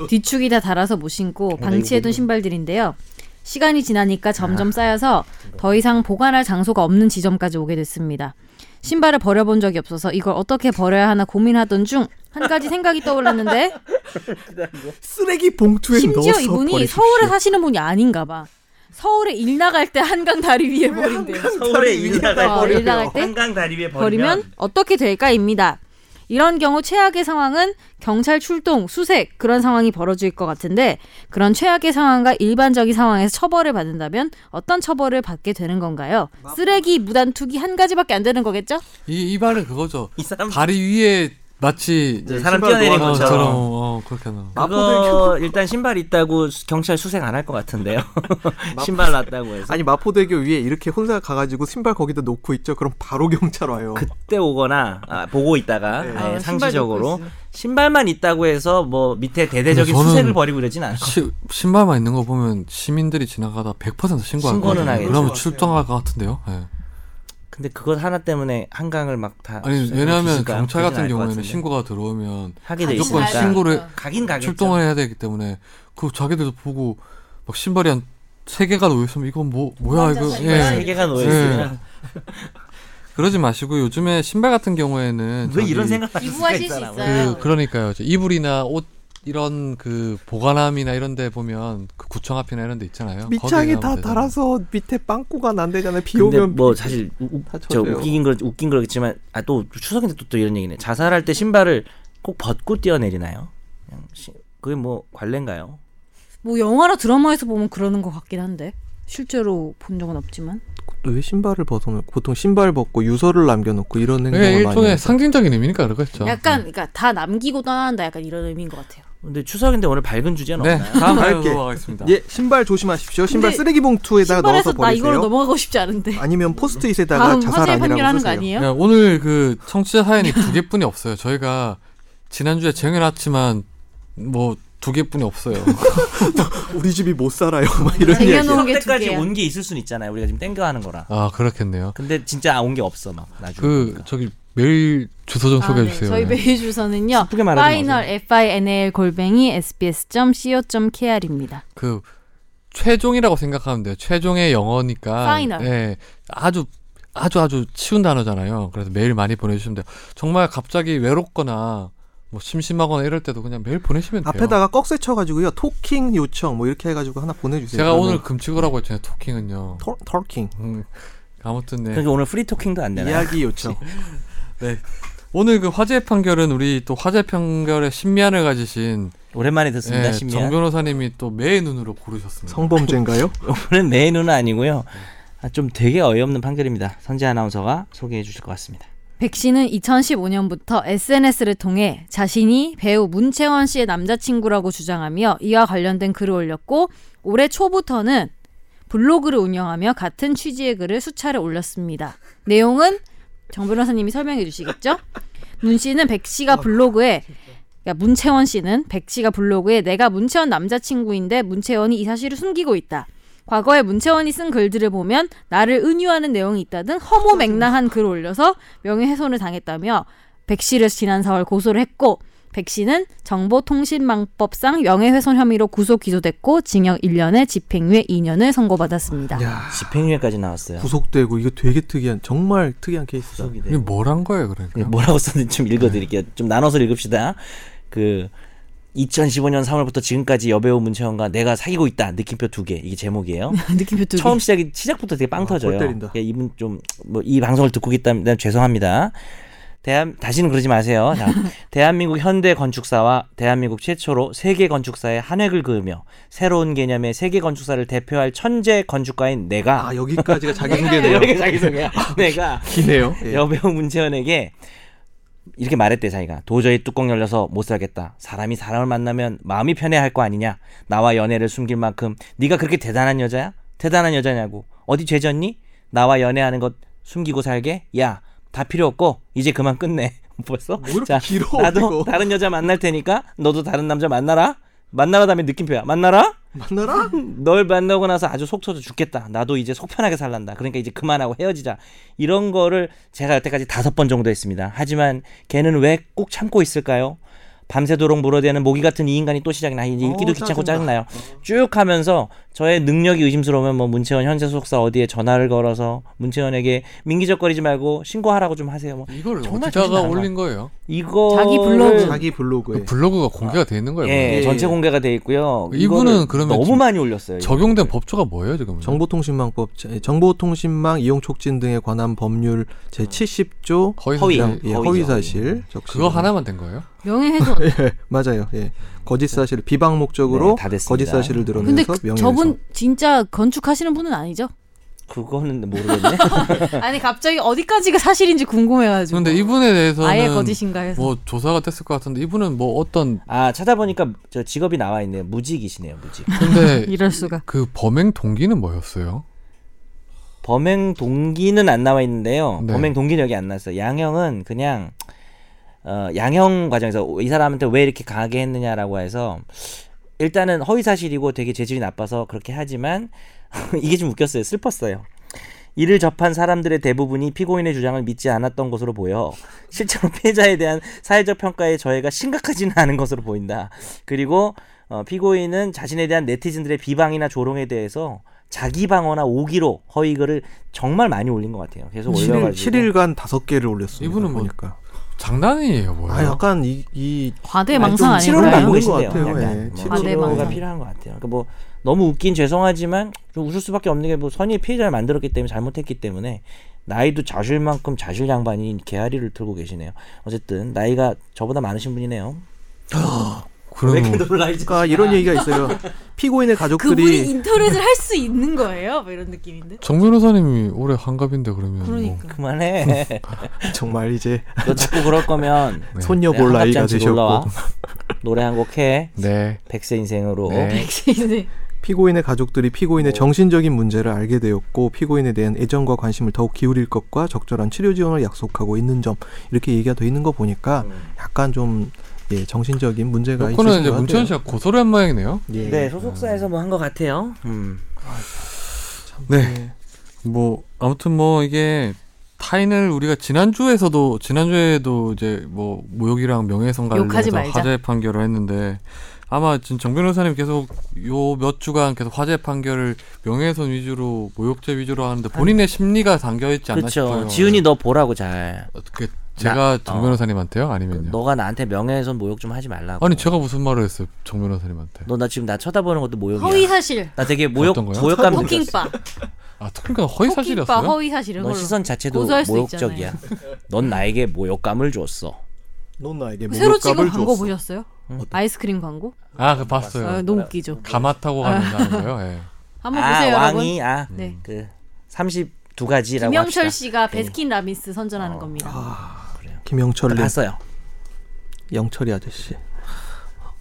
Speaker 2: 뒤축이 다 달아서 못
Speaker 4: 어,
Speaker 2: 신고
Speaker 4: 네, 뭐.
Speaker 2: 방치해둔 신발들인데요. 시간이 지나니까
Speaker 4: 아.
Speaker 2: 점점 쌓여서 더 이상 보관할 장소가 없는 지점까지 오게 됐습니다. 신발을 버려본 적이 없어서 이걸 어떻게 버려야 하나 고민하던 중 한 가지 생각이 떠올랐는데
Speaker 4: 쓰레기 봉투에
Speaker 2: 심지어
Speaker 4: 넣어서
Speaker 2: 이분이
Speaker 4: 버리십시오.
Speaker 2: 서울에 사시는 분이 아닌가 봐. 서울에 일 나갈 때 한강 다리 위에 버린대요.
Speaker 3: 서울에 일
Speaker 2: 어,
Speaker 3: 나갈
Speaker 2: 일 나갈 때?
Speaker 3: 한강 다리 위에 버리면,
Speaker 2: 버리면 어떻게 될까입니다. 이런 경우 최악의 상황은 경찰 출동, 수색 그런 상황이 벌어질 것 같은데 그런 최악의 상황과 일반적인 상황에서 처벌을 받는다면 어떤 처벌을 받게 되는 건가요? 쓰레기 무단 투기 한 가지밖에 안 되는 거겠죠?
Speaker 1: 이, 이 말은 그거죠.
Speaker 3: 이 사람
Speaker 1: 다리 위에 마치
Speaker 3: 이제 사람
Speaker 4: 신발
Speaker 3: 뛰어내린
Speaker 4: 놓아놔서
Speaker 1: 저처럼
Speaker 3: 것처럼.
Speaker 1: 어, 그렇게 나.
Speaker 3: 그거 일단 신발 있다고 수- 경찰 수색 안 할 것 같은데요. 신발 났다고 해서
Speaker 4: 아니 마포대교 위에 이렇게 혼자 가가지고 신발 거기다 놓고 있죠. 그럼 바로 경찰 와요.
Speaker 3: 그때 오거나 아, 보고 있다가
Speaker 4: 네.
Speaker 3: 아예
Speaker 2: 아, 신발
Speaker 3: 상시적으로
Speaker 2: 놓고 있어요.
Speaker 3: 신발만 있다고 해서 뭐 밑에
Speaker 1: 근데
Speaker 3: 대대적인
Speaker 1: 저는
Speaker 3: 수색을 벌이고 그러진 않을 것 같아요.
Speaker 1: 시, 신발만 있는 거 보면 시민들이 지나가다 100% 신고할
Speaker 3: 신고는
Speaker 1: 거예요.
Speaker 3: 하겠죠.
Speaker 1: 그러면 출동할 것 같은데요. 예.
Speaker 3: 근데 그것 하나 때문에 한강을 막다 네,
Speaker 1: 아니 왜냐하면 경찰 같은 경우에는 신고가 들어오면
Speaker 3: 하게 돼
Speaker 1: 무조건
Speaker 3: 있으니까
Speaker 1: 신고를
Speaker 3: 가긴 가겠죠.
Speaker 1: 출동을 해야 되기 때문에 그 자기들도 보고 막 신발이 한 세 개가 놓여 있으면 이건 뭐 뭐야 이거
Speaker 3: 세
Speaker 1: 예.
Speaker 3: 개가 놓여 있으면
Speaker 1: 그러지 마시고 요즘에 신발 같은 경우에는
Speaker 3: 왜 이런
Speaker 1: 예. 저기
Speaker 3: 생각 을
Speaker 2: 기부하실 수 있어요.
Speaker 1: 그 그러니까요. 저 이불이나 옷 이런 그 보관함이나 이런 데 보면 그 구청 앞이나 이런 데 있잖아요. 거기에
Speaker 4: 밑창에 다
Speaker 1: 가면
Speaker 4: 달아서 밑에 빵꾸가 난대잖아요. 비
Speaker 3: 근데
Speaker 4: 오면
Speaker 3: 뭐 사실 우- 우-
Speaker 4: 다
Speaker 3: 저
Speaker 4: 젖어요.
Speaker 3: 웃긴 거 웃긴 거겠지만 아 또 추석인데 또, 또 이런 얘기네. 자살할 때 신발을 꼭 벗고 뛰어내리나요? 그냥 시- 그게 뭐 관례인가요?
Speaker 2: 뭐 영화나 드라마에서 보면 그러는 것 같긴 한데 실제로 본 적은 없지만
Speaker 4: 왜 신발을 벗어놓고 보통 신발 벗고 유서를 남겨놓고 이런 행동을
Speaker 1: 그게
Speaker 4: 많이
Speaker 1: 네, 일종의
Speaker 4: 해요.
Speaker 1: 상징적인 의미니까
Speaker 4: 아,
Speaker 1: 그러겠죠.
Speaker 2: 약간
Speaker 4: 네.
Speaker 2: 그러니까 다 남기고 떠난다 약간 이런 의미인 것 같아요.
Speaker 3: 근데 추석인데 오늘 밝은 주제는
Speaker 1: 네,
Speaker 3: 없나요?
Speaker 1: 다음
Speaker 4: 밝게.
Speaker 1: 사연으로 가겠습니다.
Speaker 4: 예, 신발 조심하십시오. 신발
Speaker 2: 근데
Speaker 4: 쓰레기 봉투에다가 넣어서
Speaker 2: 신발에서 나
Speaker 4: 버리세요.
Speaker 2: 이걸로 넘어가고 싶지 않은데
Speaker 4: 아니면 포스트잇에다가
Speaker 2: 다음
Speaker 4: 자살
Speaker 2: 화재
Speaker 4: 아니라고
Speaker 2: 판결하는 거
Speaker 4: 쓰세요. 네.
Speaker 2: 아니에요?
Speaker 1: 야, 오늘 그 청취자 사연이 두 개뿐이 없어요. 저희가 지난주에 쟁여놨지만 뭐 두 개뿐이 없어요.
Speaker 4: 우리 집이 못 살아요. 막 이런 얘기.
Speaker 2: 쟁여놓은
Speaker 3: 추석
Speaker 2: 게두
Speaker 3: 예. 때까지
Speaker 2: 개야.
Speaker 3: 온 게 있을 순 있잖아요. 우리가 지금 땡겨 하는 거라.
Speaker 1: 아 그렇겠네요.
Speaker 3: 근데 진짜 온 게 없어 막 나중에. 그러니까
Speaker 1: 그 저기 메일 주소 좀
Speaker 2: 아,
Speaker 1: 소개해
Speaker 2: 네.
Speaker 1: 주세요.
Speaker 2: 저희 메일 주소는요.
Speaker 3: 슬프게 말하지
Speaker 2: 파이널 f i n a l 골뱅이 s b s c o k r 입니다.
Speaker 1: 그 최종이라고 생각하면 돼요. 최종의 영어니까
Speaker 2: 파이널.
Speaker 1: 예, 아주 아주 아주 치운 단어잖아요. 그래서 메일 많이 보내주시면 돼요. 정말 갑자기 외롭거나 뭐 심심하거나 이럴 때도 그냥 메일 보내시면 돼요.
Speaker 4: 앞에다가 꺽쇠 쳐가지고요. 토킹 요청 뭐 이렇게 해가지고 하나 보내주세요.
Speaker 1: 제가
Speaker 4: 그러면
Speaker 1: 오늘 금치고라고 했잖아요. 토킹은요.
Speaker 4: 터, 터킹
Speaker 1: 음, 아무튼 네.
Speaker 3: 그러니까 오늘 프리 토킹도 안 되나? 요
Speaker 4: 이야기 요청.
Speaker 1: 오늘 그 화재 판결은 우리 또 화재 판결의 신미안을 가지신
Speaker 3: 오랜만에 듣습니다.
Speaker 1: 예,
Speaker 3: 신미야.
Speaker 1: 정 변호사님이 또 매의 눈으로 고르셨습니다.
Speaker 4: 성범죄인가요?
Speaker 3: 오늘은 내 눈은 아니고요. 아, 좀 되게 어이없는 판결입니다. 선재 아나운서가 소개해 주실 것 같습니다.
Speaker 2: 백 씨는 2015년부터 SNS를 통해 자신이 배우 문채원 씨의 남자친구라고 주장하며 이와 관련된 글을 올렸고 올해 초부터는 블로그를 운영하며 같은 취지의 글을 수차례 올렸습니다. 내용은 정 변호사님이 설명해 주시겠죠? 문 씨는 백 씨가 블로그에 그러니까 문채원 씨는 백 씨가 블로그에 내가 문채원 남자친구인데 문채원이 이 사실을 숨기고 있다. 과거에 문채원이 쓴 글들을 보면 나를 은유하는 내용이 있다 등 허무 맹랑한 글을 올려서 명예훼손을 당했다며 백 씨를 지난 4월 고소를 했고 백 씨는 정보통신망법상 명예훼손 혐의로 구속 기소됐고 징역 1년에 집행유예 2년을 선고받았습니다.
Speaker 4: 야
Speaker 3: 집행유예까지 나왔어요.
Speaker 4: 구속되고 이거 되게 특이한 정말 특이한 케이스다.
Speaker 3: 구속이
Speaker 1: 이게
Speaker 3: 돼요.
Speaker 1: 뭘 한 거예요, 그러니까?
Speaker 3: 뭐라고 썼는지 좀 읽어드릴게요. 좀 나눠서 읽읍시다. 그 2015년 3월부터 지금까지 여배우 문채원과 내가 사귀고 있다 느낌표 두 개 이게 제목이에요.
Speaker 2: 느낌표 두 개.
Speaker 3: 처음 시작이 시작부터 되게 빵
Speaker 4: 아, 골
Speaker 3: 터져요.
Speaker 4: 때린다.
Speaker 3: 예, 이분 좀 뭐 이 방송을 듣고 있다면 죄송합니다. 대한 다시는 그러지 마세요. 자, 대한민국 현대 건축사와 대한민국 최초로 세계 건축사의 한 획을 그으며 새로운 개념의 세계 건축사를 대표할 천재 건축가인 내가
Speaker 4: 아 여기까지가 자기
Speaker 3: 네,
Speaker 4: 소개네요.
Speaker 3: 여기가 자기소개야. 내가
Speaker 4: 기네요. 예.
Speaker 3: 여배우 문채원에게 이렇게 말했대 자기가 도저히 뚜껑 열려서 못 살겠다 사람이 사람을 만나면 마음이 편해야 할 거 아니냐 나와 연애를 숨길 만큼 네가 그렇게 대단한 여자야 대단한 여자냐고 어디 죄졌니 나와 연애하는 것 숨기고 살게 야 다 필요 없고 이제 그만 끝내 벌써
Speaker 4: 뭐 이렇게
Speaker 3: 자
Speaker 4: 길어,
Speaker 3: 나도
Speaker 4: 이거.
Speaker 3: 다른 여자 만날 테니까 너도 다른 남자 만나라 만나라 다음에 느낌표야 만나라
Speaker 4: 만나라?
Speaker 3: 널 만나고 나서 아주 속 터져 죽겠다. 나도 이제 속 편하게 살란다. 그러니까 이제 그만하고 헤어지자. 이런 거를 제가 여태까지 다섯 번 정도 했습니다. 하지만 걔는 왜 꼭 참고 있을까요? 밤새도록 물어대는 모기 같은 이 인간이 또 시작이나 이제 읽기도
Speaker 4: 어우,
Speaker 3: 귀찮고 짜증나요.
Speaker 4: 짜증나.
Speaker 3: 쭉 하면서 저의 능력이 의심스러우면 뭐 문채원 현재 소속사 어디에 전화를 걸어서 문채원에게 민기적거리지 말고 신고하라고 좀 하세요. 뭐
Speaker 1: 이걸
Speaker 3: 정말
Speaker 1: 어디다가
Speaker 3: 정신 나간
Speaker 1: 올린 거예요?
Speaker 3: 이거
Speaker 2: 자기 블로그.
Speaker 4: 자기 블로그에.
Speaker 1: 그 블로그가 공개가 돼 있는 거예요.
Speaker 3: 네. 예,
Speaker 4: 예.
Speaker 3: 전체 공개가 돼 있고요.
Speaker 1: 이분은
Speaker 3: 이거를
Speaker 1: 그러면
Speaker 3: 너무
Speaker 1: 진-
Speaker 3: 많이 올렸어요. 이거.
Speaker 1: 적용된 법조가 뭐예요 지금?
Speaker 4: 정보통신망법, 제- 정보통신망 이용 촉진 등에 관한 법률 제 70조
Speaker 1: 거의
Speaker 5: 허위.
Speaker 1: 그냥
Speaker 4: 예,
Speaker 5: 허위죠.
Speaker 4: 허위사실 적시.
Speaker 1: 그거 하나만 된
Speaker 2: 뭐
Speaker 1: 거예요?
Speaker 2: 명예훼손.
Speaker 4: 예, 맞아요. 예. 거짓 사실 비방 목적으로
Speaker 3: 네, 다 됐습니다.
Speaker 4: 거짓 사실을
Speaker 2: 근데
Speaker 4: 드러내서
Speaker 2: 그-
Speaker 4: 명예훼손.
Speaker 2: 저분 진짜 건축하시는 분은 아니죠?
Speaker 3: 그거는 모르겠네.
Speaker 2: 아니 갑자기 어디까지가 사실인지 궁금해가지고.
Speaker 1: 근데 이분에
Speaker 2: 아예
Speaker 1: 대해서는
Speaker 2: 거짓인가 해서.
Speaker 1: 뭐 조사가 됐을 것 같은데 이분은 뭐 어떤
Speaker 3: 아 찾아보니까 저 직업이 나와 있네요. 무직이시네요, 무직.
Speaker 1: 근데
Speaker 2: 이럴 수가.
Speaker 1: 그 범행 동기는 뭐였어요?
Speaker 3: 범행 동기는 안 나와 있는데요.
Speaker 1: 네.
Speaker 3: 범행 동기는 여기 안 나왔어요. 양형은 그냥 어, 양형 과정에서 이 사람한테 왜 이렇게 강하게 했느냐라고 해서 일단은 허위 사실이고 되게 재질이 나빠서 그렇게 하지만 이게 좀 웃겼어요. 슬펐어요. 이를 접한 사람들의 대부분이 피고인의 주장을 믿지 않았던 것으로 보여 실제로 피해자에 대한 사회적 평가의 저해가 심각하지는 않은 것으로 보인다. 그리고 어, 피고인은 자신에 대한 네티즌들의 비방이나 조롱에 대해서 자기 방어나 오기로 허위글을 정말 많이 올린 것 같아요. 계속
Speaker 4: 7일,
Speaker 3: 올려가지고
Speaker 4: 7일간 다섯 개를 올렸습니다.
Speaker 1: 이분은 뭐-
Speaker 4: 보니까.
Speaker 1: 장난이에요, 뭐예요?
Speaker 4: 아 약간 이, 이
Speaker 2: 과대망상
Speaker 4: 아니, 좀
Speaker 3: 치료를
Speaker 2: 아닌가요?
Speaker 3: 받고
Speaker 4: 있는
Speaker 3: 계신데요.
Speaker 4: 것 같아요. 예,
Speaker 3: 약간 뭐
Speaker 2: 치료를.
Speaker 3: 치료가
Speaker 2: 아, 네,
Speaker 3: 필요한 것 같아요. 그러니까 뭐 너무 웃긴 죄송하지만 좀 웃을 수밖에 없는 게 뭐 선의 피해자를 만들었기 때문에 잘못했기 때문에 나이도 자실만큼 자실 양반인 개아리를 들고 계시네요. 어쨌든 나이가 저보다 많으신 분이네요.
Speaker 1: 그러면
Speaker 4: 그러니까
Speaker 3: 아,
Speaker 4: 이런 얘기가 있어요. 피고인의
Speaker 2: 그분이
Speaker 4: 가족들이
Speaker 2: 인터넷을 할 수 있는 거예요? 뭐 이런 느낌인데.
Speaker 1: 정 변호사님이 올해 한갑인데 그러면 뭐.
Speaker 4: 뭐.
Speaker 2: 그러니까.
Speaker 3: 그만해.
Speaker 4: 정말 이제
Speaker 3: 너 자꾸 그럴 거면
Speaker 1: 네.
Speaker 4: 손녀
Speaker 3: 내가
Speaker 4: 볼 나이가
Speaker 3: 한갑잔치 올라와.
Speaker 4: 되셨고
Speaker 3: 노래 한 곡 해.
Speaker 1: 뭐. 네.
Speaker 3: 백세 인생으로.
Speaker 4: 뭐
Speaker 1: 네.
Speaker 2: 백신이
Speaker 4: 피고인의 가족들이
Speaker 3: 네.
Speaker 4: 피고인의 정신적인 문제를 알게 되었고 피고인에 대한 애정과 관심을 더욱 기울일 것과 적절한 치료 지원을 약속하고 있는 점 이렇게 얘기가 돼 있는 거 보니까
Speaker 3: 음.
Speaker 4: 약간 좀 예, 정신적인 문제가
Speaker 1: 요거는
Speaker 4: 있으신
Speaker 1: 이제
Speaker 4: 것
Speaker 1: 문채원
Speaker 4: 같아요.
Speaker 1: 씨가 고소를 한 모양이네요.
Speaker 4: 예.
Speaker 3: 네, 소속사에서 뭐 한 것 같아요. 음.
Speaker 1: 네. 뭐 아무튼 뭐 이게 타인을 우리가 지난주에서도 지난주에도 이제 뭐 모욕이랑 명예훼손
Speaker 2: 욕하지
Speaker 1: 관련해서
Speaker 2: 말자.
Speaker 1: 화재 판결을 했는데 아마 지금 정 변호사님 계속 요 몇 주간 계속 화재 판결을 명예훼손 위주로 모욕죄 위주로 하는데 본인의 심리가 담겨 있지 않나
Speaker 3: 그렇죠.
Speaker 1: 싶어요.
Speaker 3: 지훈이 너 보라고 잘.
Speaker 1: 어떻게 제가 정
Speaker 3: 어.
Speaker 1: 변호사님한테요? 아니면요?
Speaker 3: 너가 나한테 명예훼손 모욕 좀 하지 말라고.
Speaker 1: 아니 제가 무슨 말을 했어요? 정 변호사님한테.
Speaker 3: 너 나 지금 나 쳐다보는 것도 모욕이야.
Speaker 2: 허위 사실.
Speaker 3: 나 되게 모욕
Speaker 1: 어떤 거요?
Speaker 3: 모욕감 느꼈어.
Speaker 2: 토킹바.
Speaker 1: 아 그러니까 허위
Speaker 2: 토킹바
Speaker 1: 사실이었어요?
Speaker 2: 허위 사실인
Speaker 3: 너
Speaker 2: 걸로.
Speaker 3: 뭐
Speaker 2: 그
Speaker 3: 시선 자체도
Speaker 2: 고소할 수
Speaker 3: 모욕적이야. 넌 나에게 모욕감을 줬어.
Speaker 4: 넌 나에게
Speaker 2: 새로 찍은
Speaker 4: 모욕감을
Speaker 2: 광고
Speaker 4: 줬어.
Speaker 2: 보셨어요? 아이스크림 광고?
Speaker 1: 아 그거 봤어요.
Speaker 2: 아, 너무 웃기죠. 아.
Speaker 1: 가마타고 가는 거예요. 예.
Speaker 2: 한번
Speaker 3: 아
Speaker 2: 보세요, 여러분.
Speaker 3: 왕이 아
Speaker 2: 네.
Speaker 3: 그 32가지라고 합시다. 음. 어. 아,
Speaker 2: 김영철 씨가 베스킨 라빈스 선전하는 겁니다.
Speaker 4: 김영철님,
Speaker 3: 봤어요.
Speaker 4: 영철이 아저씨.
Speaker 3: 네,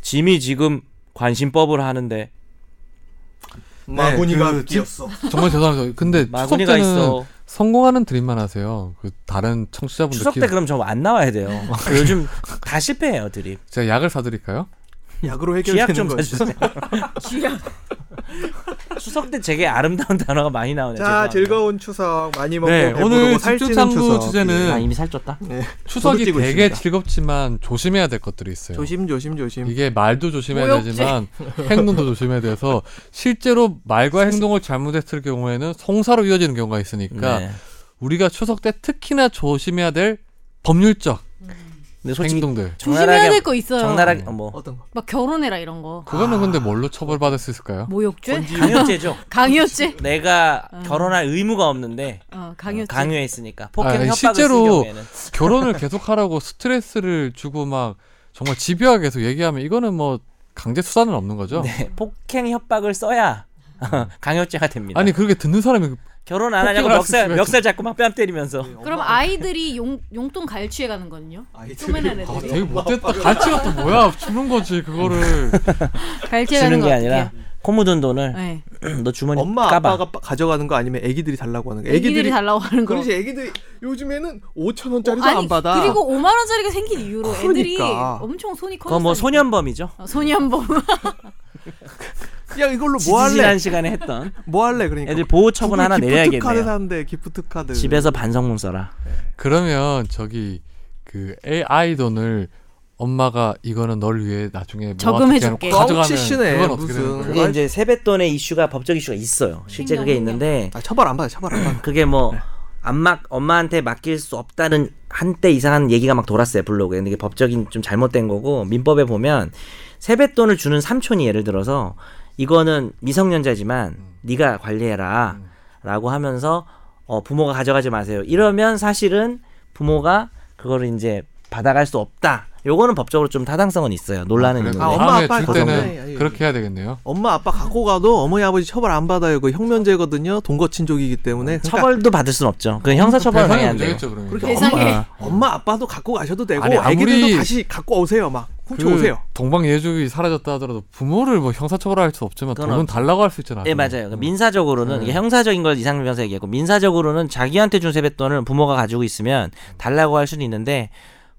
Speaker 3: 짐이 지금 관심법을 하는데
Speaker 4: 네, 마구니가 끼었어.
Speaker 1: 정말 죄송합니다. 근데 추석
Speaker 3: 마구니가
Speaker 1: 때는
Speaker 3: 있어.
Speaker 1: 성공하는 드림만 하세요. 그 다른 청취자분들
Speaker 3: 추석 때 그럼 저 안 나와야 돼요. 그 요즘 다 실패해요 드립.
Speaker 1: 제가 약을 사드릴까요?
Speaker 4: 약으로
Speaker 3: 쥐약
Speaker 4: 해결되는
Speaker 3: 좀
Speaker 4: 거죠.
Speaker 3: 사주세요. 추석 때 제게 아름다운 단어가 많이 나오네요.
Speaker 4: 자,
Speaker 3: 죄송합니다.
Speaker 4: 즐거운 추석 많이 먹고
Speaker 1: 네,
Speaker 4: 배부르고
Speaker 1: 오늘
Speaker 4: 살찌는
Speaker 1: 집중탐구
Speaker 4: 추석.
Speaker 1: 주제는
Speaker 3: 아 이미 살쪘다.
Speaker 4: 네.
Speaker 1: 추석이
Speaker 4: 찍고
Speaker 1: 되게
Speaker 4: 있습니다.
Speaker 1: 즐겁지만 조심해야 될 것들이 있어요.
Speaker 4: 예. 조심 조심 조심.
Speaker 1: 이게 말도 조심해야
Speaker 2: 모욕죄.
Speaker 1: 되지만
Speaker 3: 네.
Speaker 1: 행동도 조심해야 돼서 실제로 말과 행동을 잘못했을 경우에는 송사로 이어지는 경우가 있으니까
Speaker 3: 네.
Speaker 1: 우리가 추석 때 특히나 조심해야 될 법률적
Speaker 3: 근데 솔직히
Speaker 1: 행동들
Speaker 2: 조심해야 될 거 있어요.
Speaker 3: 정나라게 어, 뭐
Speaker 4: 어떤 거?
Speaker 2: 막 결혼해라 이런 거.
Speaker 1: 그거는
Speaker 3: 아.
Speaker 1: 근데 뭘로 처벌받을 수 있을까요?
Speaker 2: 모욕죄?
Speaker 3: 강요죄죠.
Speaker 2: 강요죄?
Speaker 3: 내가 결혼할 의무가 없는데
Speaker 2: 어, 강요죄.
Speaker 3: 강요했으니까 폭행
Speaker 1: 아니,
Speaker 3: 협박을
Speaker 1: 실제로
Speaker 3: 쓴 경우에는
Speaker 1: 결혼을 계속하라고 스트레스를 주고 막 정말 집요하게 계속 얘기하면 이거는 뭐 강제 수사는 없는 거죠.
Speaker 3: 네, 폭행 협박을 써야 강요죄가 됩니다.
Speaker 1: 아니 그렇게 듣는 사람이
Speaker 3: 결혼 안 하냐고
Speaker 1: 폭격을
Speaker 3: 멱살
Speaker 1: 했으면
Speaker 3: 멱살 잡고 막 뺨 때리면서
Speaker 2: 그럼 아이들이 용, 용돈 갈취해 가는 건요? 쪼매는
Speaker 1: 아,
Speaker 2: 애들이
Speaker 1: 되게 못됐다. 갈치가 또 뭐야? 주는 거지 그거를.
Speaker 2: 갈취해
Speaker 3: 주는
Speaker 2: 가는 거
Speaker 3: 게
Speaker 2: 어떡해?
Speaker 3: 아니라 코 묻은 돈을
Speaker 2: 네.
Speaker 3: 너 주머니
Speaker 4: 엄마
Speaker 3: 까봐.
Speaker 4: 아빠가 빠- 가져가는 거 아니면 애기들이 달라고 하는 거.
Speaker 2: 애기들이 달라고 하는 거.
Speaker 4: 그렇지 애기들 요즘에는 5천 원짜리도
Speaker 2: 아니,
Speaker 4: 안 받아.
Speaker 2: 그리고 5만 원짜리가 생긴 이후로 애들이
Speaker 4: 그러니까.
Speaker 2: 엄청 손이 커졌어.
Speaker 3: 그거 뭐 소년범이죠. 그러니까
Speaker 2: 소년범.
Speaker 4: 야 이걸로 뭐 할래?
Speaker 3: 지난 시간에 했던
Speaker 4: 뭐 할래? 그러니까
Speaker 3: 애들 보호 처분 하나
Speaker 4: 기프트 카드
Speaker 3: 내려야겠네요.
Speaker 4: 사는데 기프트 카드.
Speaker 3: 집에서 반성문 써라.
Speaker 1: 그러면 저기 그 AI 돈을 엄마가 이거는 널 위해 나중에 뭐
Speaker 2: 저금해줄게.
Speaker 4: 뻥치시네,
Speaker 1: 가져가면 그건 어떻게
Speaker 4: 무슨.
Speaker 1: 되는 거예요?
Speaker 3: 그게 이제 세뱃돈의 이슈가 법적 이슈가 있어요. 실제 그게 있는데
Speaker 4: 아 처벌 안 받아. 처벌 안 받아.
Speaker 3: 그게 뭐 안막 엄마한테 맡길 수 없다는 한때 이상한 얘기가 막 돌았어요 블로그에. 근데 이게 법적인 좀 잘못된 거고 민법에 보면 세뱃돈을 주는 삼촌이 예를 들어서 이거는 미성년자지만 네가 관리해라라고 하면서 어, 부모가 가져가지 마세요. 이러면 사실은 부모가 그거를 이제 받아갈 수 없다. 요거는 법적으로 좀 타당성은 있어요. 논란은
Speaker 1: 그래서
Speaker 3: 있는데.
Speaker 4: 아, 엄마,
Speaker 1: 다음에
Speaker 4: 아빠할
Speaker 1: 줄
Speaker 4: 거잖아요.
Speaker 1: 때는
Speaker 4: 예, 예, 예.
Speaker 1: 그렇게 해야 되겠네요.
Speaker 4: 엄마 아빠 갖고 가도 어머니 아버지 처벌 안 받아요. 그 형면제거든요. 동거친족이기 때문에. 그러니까
Speaker 3: 처벌도 받을 수는 없죠. 그 형사 처벌은
Speaker 1: 배상이
Speaker 3: 해야 안 돼요.
Speaker 1: 문제겠죠 그러니까 그러면.
Speaker 4: 그렇게
Speaker 2: 세상에.
Speaker 4: 엄마, 엄마 아빠도 갖고 가셔도 되고
Speaker 1: 아니, 아무리-
Speaker 4: 애기들도 다시 갖고 오세요. 막 훔쳐
Speaker 1: 그
Speaker 4: 오세요.
Speaker 1: 동방예주이 사라졌다 하더라도 부모를 뭐 형사처벌할 수 없지만
Speaker 3: 그건
Speaker 1: 돈은
Speaker 3: 없죠.
Speaker 1: 달라고 할 수 있잖아요.
Speaker 3: 예, 맞아요. 그러니까 민사적으로는 이게 형사적인 걸 이상 변호사 얘기했고 민사적으로는 자기한테 준 세뱃돈을 부모가 가지고 있으면 달라고 할 수는 있는데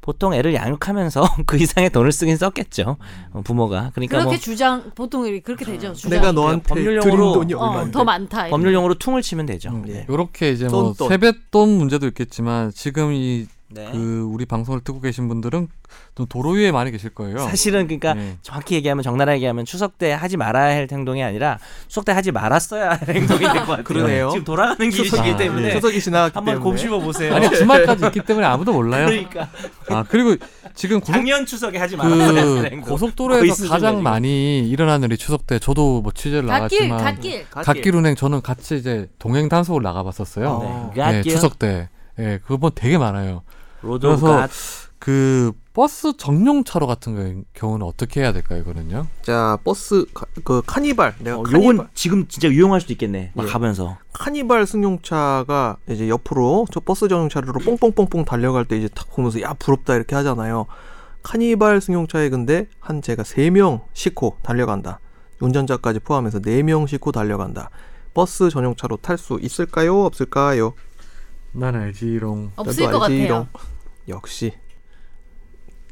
Speaker 3: 보통 애를 양육하면서 그 이상의 돈을 쓰긴 썼겠죠. 어, 부모가.
Speaker 2: 그렇
Speaker 3: 그러니까
Speaker 2: 게
Speaker 3: 뭐
Speaker 2: 주장 보통 그렇게 되죠. 주장.
Speaker 4: 내가 너한테
Speaker 3: 법률용어로-
Speaker 4: 드린 돈이
Speaker 2: 어,
Speaker 4: 얼마인데.
Speaker 2: 더 많다. 이런.
Speaker 3: 법률용어로 퉁을 치면 되죠. 네.
Speaker 4: 음, 예.
Speaker 1: 요렇게 이제 뭐
Speaker 4: 똔똔.
Speaker 1: 세뱃돈 문제도 있겠지만 지금 이 그
Speaker 3: 네.
Speaker 1: 우리 방송을 듣고 계신 분들은 좀 도로 위에 많이 계실 거예요.
Speaker 3: 사실은 그러니까
Speaker 1: 예.
Speaker 3: 정확히 얘기하면 적나라 얘기하면 추석 때 하지 말아야 할 행동이 아니라 추석 때 하지 말았어야 할 행동이 될 것 같아요.
Speaker 4: 그러네요.
Speaker 3: 지금 돌아가는 길이기
Speaker 1: 추석이-
Speaker 3: 때문에
Speaker 4: 추석이 네. 지나기 때문에.
Speaker 3: 한번 곱씹어 보세요.
Speaker 1: 아니 주말까지 있기 때문에 아무도 몰라요.
Speaker 3: 그러니까
Speaker 1: 아 그리고 지금 고속
Speaker 3: 작년 추석에 하지 말았어야 할
Speaker 1: 그
Speaker 3: 행동. 거의
Speaker 1: 고속도로에서
Speaker 3: 수준
Speaker 1: 가장
Speaker 3: 가지고.
Speaker 1: 많이 일어나는 일이 추석 때 저도 뭐 취재를
Speaker 2: 갓길,
Speaker 1: 나갔지만
Speaker 2: 갓길.
Speaker 1: 갓길 운행 저는 같이 이제 동행 단속을 나가봤었어요.
Speaker 4: 어.
Speaker 3: 아, 네. 갓길.
Speaker 1: 예, 추석 때. 예, 그거 보면 되게 많아요.
Speaker 3: 로드
Speaker 1: 그래서-
Speaker 3: 오브 갓.
Speaker 1: 그 버스 정용 차로 같은 거- 경우는 어떻게 해야 될까요, 이거는요?
Speaker 4: 자 버스 카, 그 카니발 내가
Speaker 3: 어,
Speaker 4: 카니발.
Speaker 3: 요건 지금 진짜 유용할 수도 있겠네. 막
Speaker 4: 예.
Speaker 3: 가면서.
Speaker 4: 카니발 승용차가 이제 옆으로 저 버스 전용차로 뽕뽕뽕뽕 달려갈 때 이제 탁 보면서 야 부럽다 이렇게 하잖아요. 카니발 승용차에 근데 한 제가 세 명 싣고 달려간다. 운전자까지 포함해서 네 명 싣고 달려간다. 버스 전용차로 탈 수 있을까요? 없을까요?
Speaker 1: 난 알지롱.
Speaker 2: 없을
Speaker 4: 나도
Speaker 2: 것 같아요.
Speaker 4: 알지롱. 역시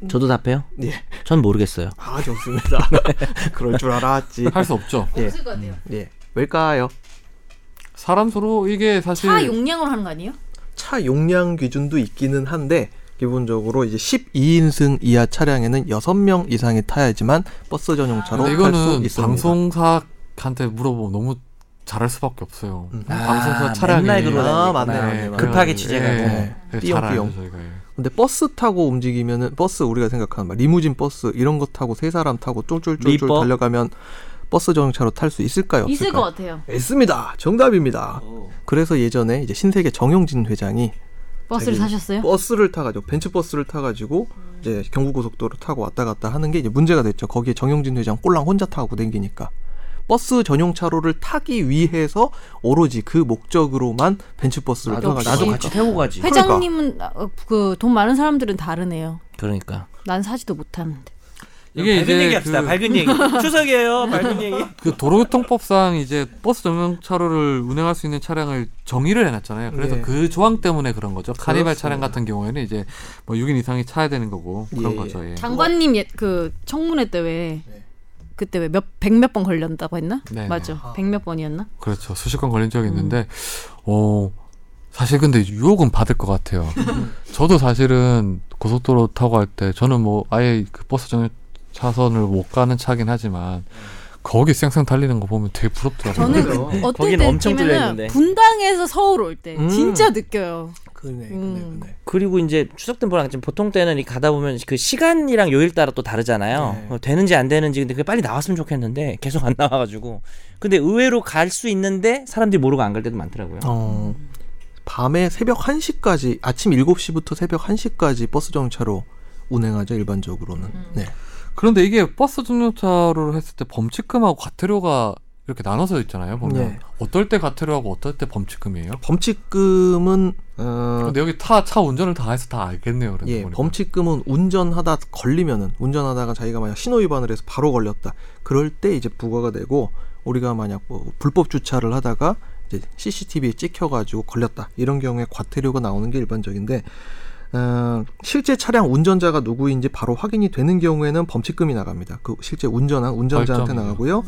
Speaker 3: 저도 답해요?
Speaker 4: 예.
Speaker 3: 전 모르겠어요.
Speaker 4: 아 좋습니다. 네, 그럴 줄 알았지.
Speaker 1: 할 수 없죠.
Speaker 4: 예.
Speaker 2: 없을 것 같아요.
Speaker 4: 예. 왜일까요?
Speaker 1: 사람 수로 이게 사실
Speaker 2: 차 용량으로 하는 거 아니에요?
Speaker 4: 차 용량 기준도 있기는 한데 기본적으로 이제 12인승 이하 차량에는 6명 이상이 타야지만 버스 전용차로
Speaker 1: 근데
Speaker 4: 탈 수
Speaker 1: 이거는
Speaker 4: 있습니다.
Speaker 1: 방송사한테 물어보면 너무 잘할 수밖에 없어요.
Speaker 4: 음.
Speaker 1: 방송사
Speaker 3: 아,
Speaker 1: 차량이
Speaker 3: 맨날 그러네.
Speaker 4: 아, 맞네, 맞네, 맞네.
Speaker 3: 급하게 취재가
Speaker 1: 예,
Speaker 4: 네. 음,
Speaker 1: 예, 잘
Speaker 4: 띄엄띄엄.
Speaker 1: 알죠 저희가. 예.
Speaker 4: 근데 버스 타고 움직이면은 버스 우리가 생각하는 막 리무진 버스 이런 거 타고 세 사람 타고 쫄쫄쫄쫄
Speaker 3: 리버?
Speaker 4: 달려가면 버스 전용차로 탈 수 있을까요?
Speaker 2: 있을 것
Speaker 4: 없을까요?
Speaker 2: 같아요.
Speaker 4: 있습니다. 정답입니다.
Speaker 1: 어.
Speaker 3: 어,
Speaker 4: 그래서 예전에 이제 신세계 정용진 회장이
Speaker 2: 버스를
Speaker 4: 자기-
Speaker 2: 사셨어요?
Speaker 4: 버스를 타가지고 벤츠 버스를 타가지고 이제 경부고속도로 타고 왔다 갔다 하는 게 이제 문제가 됐죠. 거기에 정용진 회장 꼴랑 혼자 타고 댕기니까 버스 전용 차로를 타기 위해서 오로지 그 목적으로만 벤츠 버스를 타가지고
Speaker 2: 나도
Speaker 4: 왔다.
Speaker 3: 태우고 가지.
Speaker 2: 회장님은 그 돈 많은 사람들은 다르네요.
Speaker 3: 그러니까.
Speaker 2: 난 사지도 못하는데.
Speaker 1: 이게
Speaker 3: 밝은 얘기
Speaker 1: 이제
Speaker 3: 합시다.
Speaker 1: 그,
Speaker 3: 밝은 얘기. 추석이에요. 밝은 얘기.
Speaker 1: 그 도로교통법상 이제 버스 전용차로를 운행할 수 있는 차량을 정의를 해놨잖아요. 그래서
Speaker 4: 네.
Speaker 1: 그 조항 때문에 그런 거죠. 카니발
Speaker 4: 그렇습니다.
Speaker 1: 차량 같은 경우에는 이제 뭐 6인 이상이 차야 되는 거고 그런
Speaker 4: 예,
Speaker 1: 거죠. 예.
Speaker 2: 장관님 예- 그 청문회 때 왜
Speaker 4: 네.
Speaker 2: 그때 왜 몇 백 몇 번 걸렸다고 했나?
Speaker 1: 네, 네.
Speaker 2: 맞죠.
Speaker 4: 아.
Speaker 2: 백 몇 번이었나?
Speaker 1: 그렇죠. 수십 건 걸린 적이 있는데, 어, 사실 근데 유혹은 받을 것 같아요. 저도 사실은 고속도로 타고 갈 때, 저는 뭐 아예 그 버스 정 차선을 못 가는 차긴 하지만, 거기 쌩쌩 달리는 거 보면 되게 부럽더라고요.
Speaker 2: 저는 그-
Speaker 4: 그래요.
Speaker 2: 어떨
Speaker 3: 거기는
Speaker 2: 때
Speaker 3: 엄청
Speaker 2: 느끼면은
Speaker 3: 뚫려있는데.
Speaker 2: 분당에서 서울 올 때
Speaker 4: 음.
Speaker 2: 진짜 느껴요.
Speaker 4: 그네,
Speaker 2: 음.
Speaker 3: 그리고 이제 추석 때 뭐랑 지금 보통 때는 이 가다 보면 그 시간이랑 요일 따라 또 다르잖아요.
Speaker 4: 네.
Speaker 3: 뭐 되는지 안 되는지 근데 그게 빨리 나왔으면 좋겠는데 계속 안 나와가지고. 근데 의외로 갈 수 있는데 사람들이 모르고 안 갈 때도 많더라고요.
Speaker 4: 어, 밤에 새벽 1시까지 아침 7시부터 새벽 1시까지 버스 전용차로 운행하죠 일반적으로는. 네.
Speaker 1: 그런데 이게 버스 정류차로 했을 때 범칙금하고 과태료가 이렇게 나눠서 있잖아요. 보면
Speaker 4: 예.
Speaker 1: 어떨 때 과태료 하고 어떨 때 범칙금이에요.
Speaker 4: 범칙금은 어,
Speaker 1: 근데 여기 타 차 운전을 다 해서 다 알겠네요. 그러다
Speaker 4: 예,
Speaker 1: 보니까.
Speaker 4: 범칙금은 운전하다 걸리면은 운전하다가 자기가 만약 신호 위반을 해서 바로 걸렸다. 그럴 때 이제 부과가 되고 우리가 만약 뭐 불법 주차를 하다가 이제 CCTV에 찍혀가지고 걸렸다 이런 경우에 과태료가 나오는 게 일반적인데 어, 실제 차량 운전자가 누구인지 바로 확인이 되는 경우에는 범칙금이 나갑니다. 그 실제 운전한 운전자한테
Speaker 1: 벌점이요.
Speaker 4: 나가고요.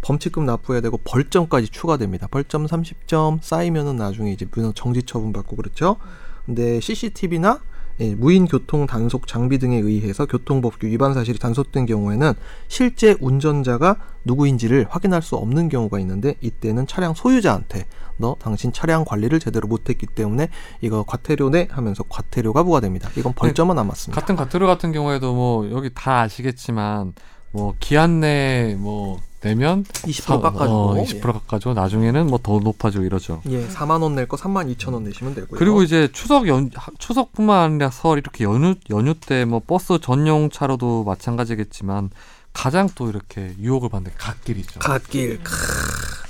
Speaker 4: 범칙금 납부해야 되고 벌점까지 추가됩니다. 벌점 30점 쌓이면은 나중에 이제 문화 정지 처분 받고 그렇죠. 근데 CCTV나 예, 무인 교통 단속 장비 등에 의해서 교통법규 위반 사실이 단속된 경우에는 실제 운전자가 누구인지를 확인할 수 없는 경우가 있는데 이때는 차량 소유자한테 너 당신 차량 관리를 제대로 못했기 때문에 이거 과태료네 하면서 과태료가 부과됩니다. 이건
Speaker 1: 네.
Speaker 4: 벌점만 남았습니다.
Speaker 1: 같은 과태료 같은 경우에도 뭐 여기 다 아시겠지만 뭐 기한 내에 뭐 내면
Speaker 4: 20% 깎아주고
Speaker 1: 어, 20% 깎아주고 나중에는 뭐 더 높아지고 이러죠.
Speaker 4: 예, 4만 원 낼 거 3만 2천 원 내시면 되고요.
Speaker 1: 그리고 이제 추석 연 하- 추석뿐만 아니라 설 이렇게 연휴 연휴 때 뭐 버스 전용 차로도 마찬가지겠지만 가장 또 이렇게 유혹을 받는 게 갓길이죠.
Speaker 4: 갓길, 크,